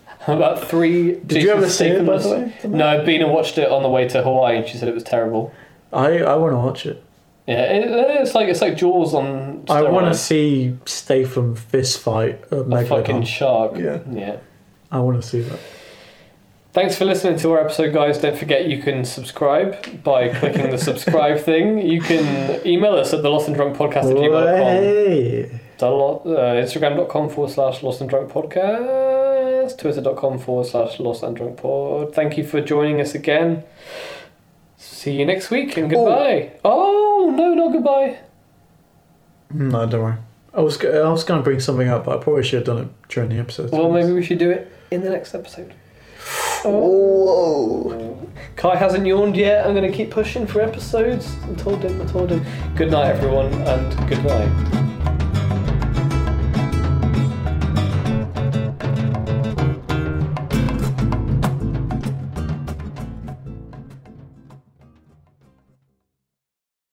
S1: <laughs> I'm about three.
S2: Did you ever see it, by the way?
S1: No, Bina watched it on the way to Hawaii, and she said it was terrible.
S2: I, I want to watch it.
S1: Yeah, it, it's like it's like Jaws on.
S2: I want to
S1: steroids.
S2: see Statham fist fight a
S1: a fucking
S2: Megalodon.
S1: shark.
S2: Yeah.
S1: yeah.
S2: I want to see that.
S1: Thanks for listening to our episode, guys. Don't forget you can subscribe by clicking the subscribe thing. You can email us at the lost and drunk podcast at gmail.com.
S2: Hey.
S1: Done a lot. Uh, Instagram.com forward slash lost and drunk podcast. Twitter.com forward slash lost and drunk pod. Thank you for joining us again. See you next week and goodbye. Oh, no, not goodbye.
S2: No, don't worry. I was go- I was going to bring something up, but I probably should have done it during the episode.
S1: Well, maybe we should do it in the next episode.
S2: Whoa.
S1: Kai hasn't yawned yet. I'm going to keep pushing for episodes. I told him, I told him. Good night, everyone, and good night.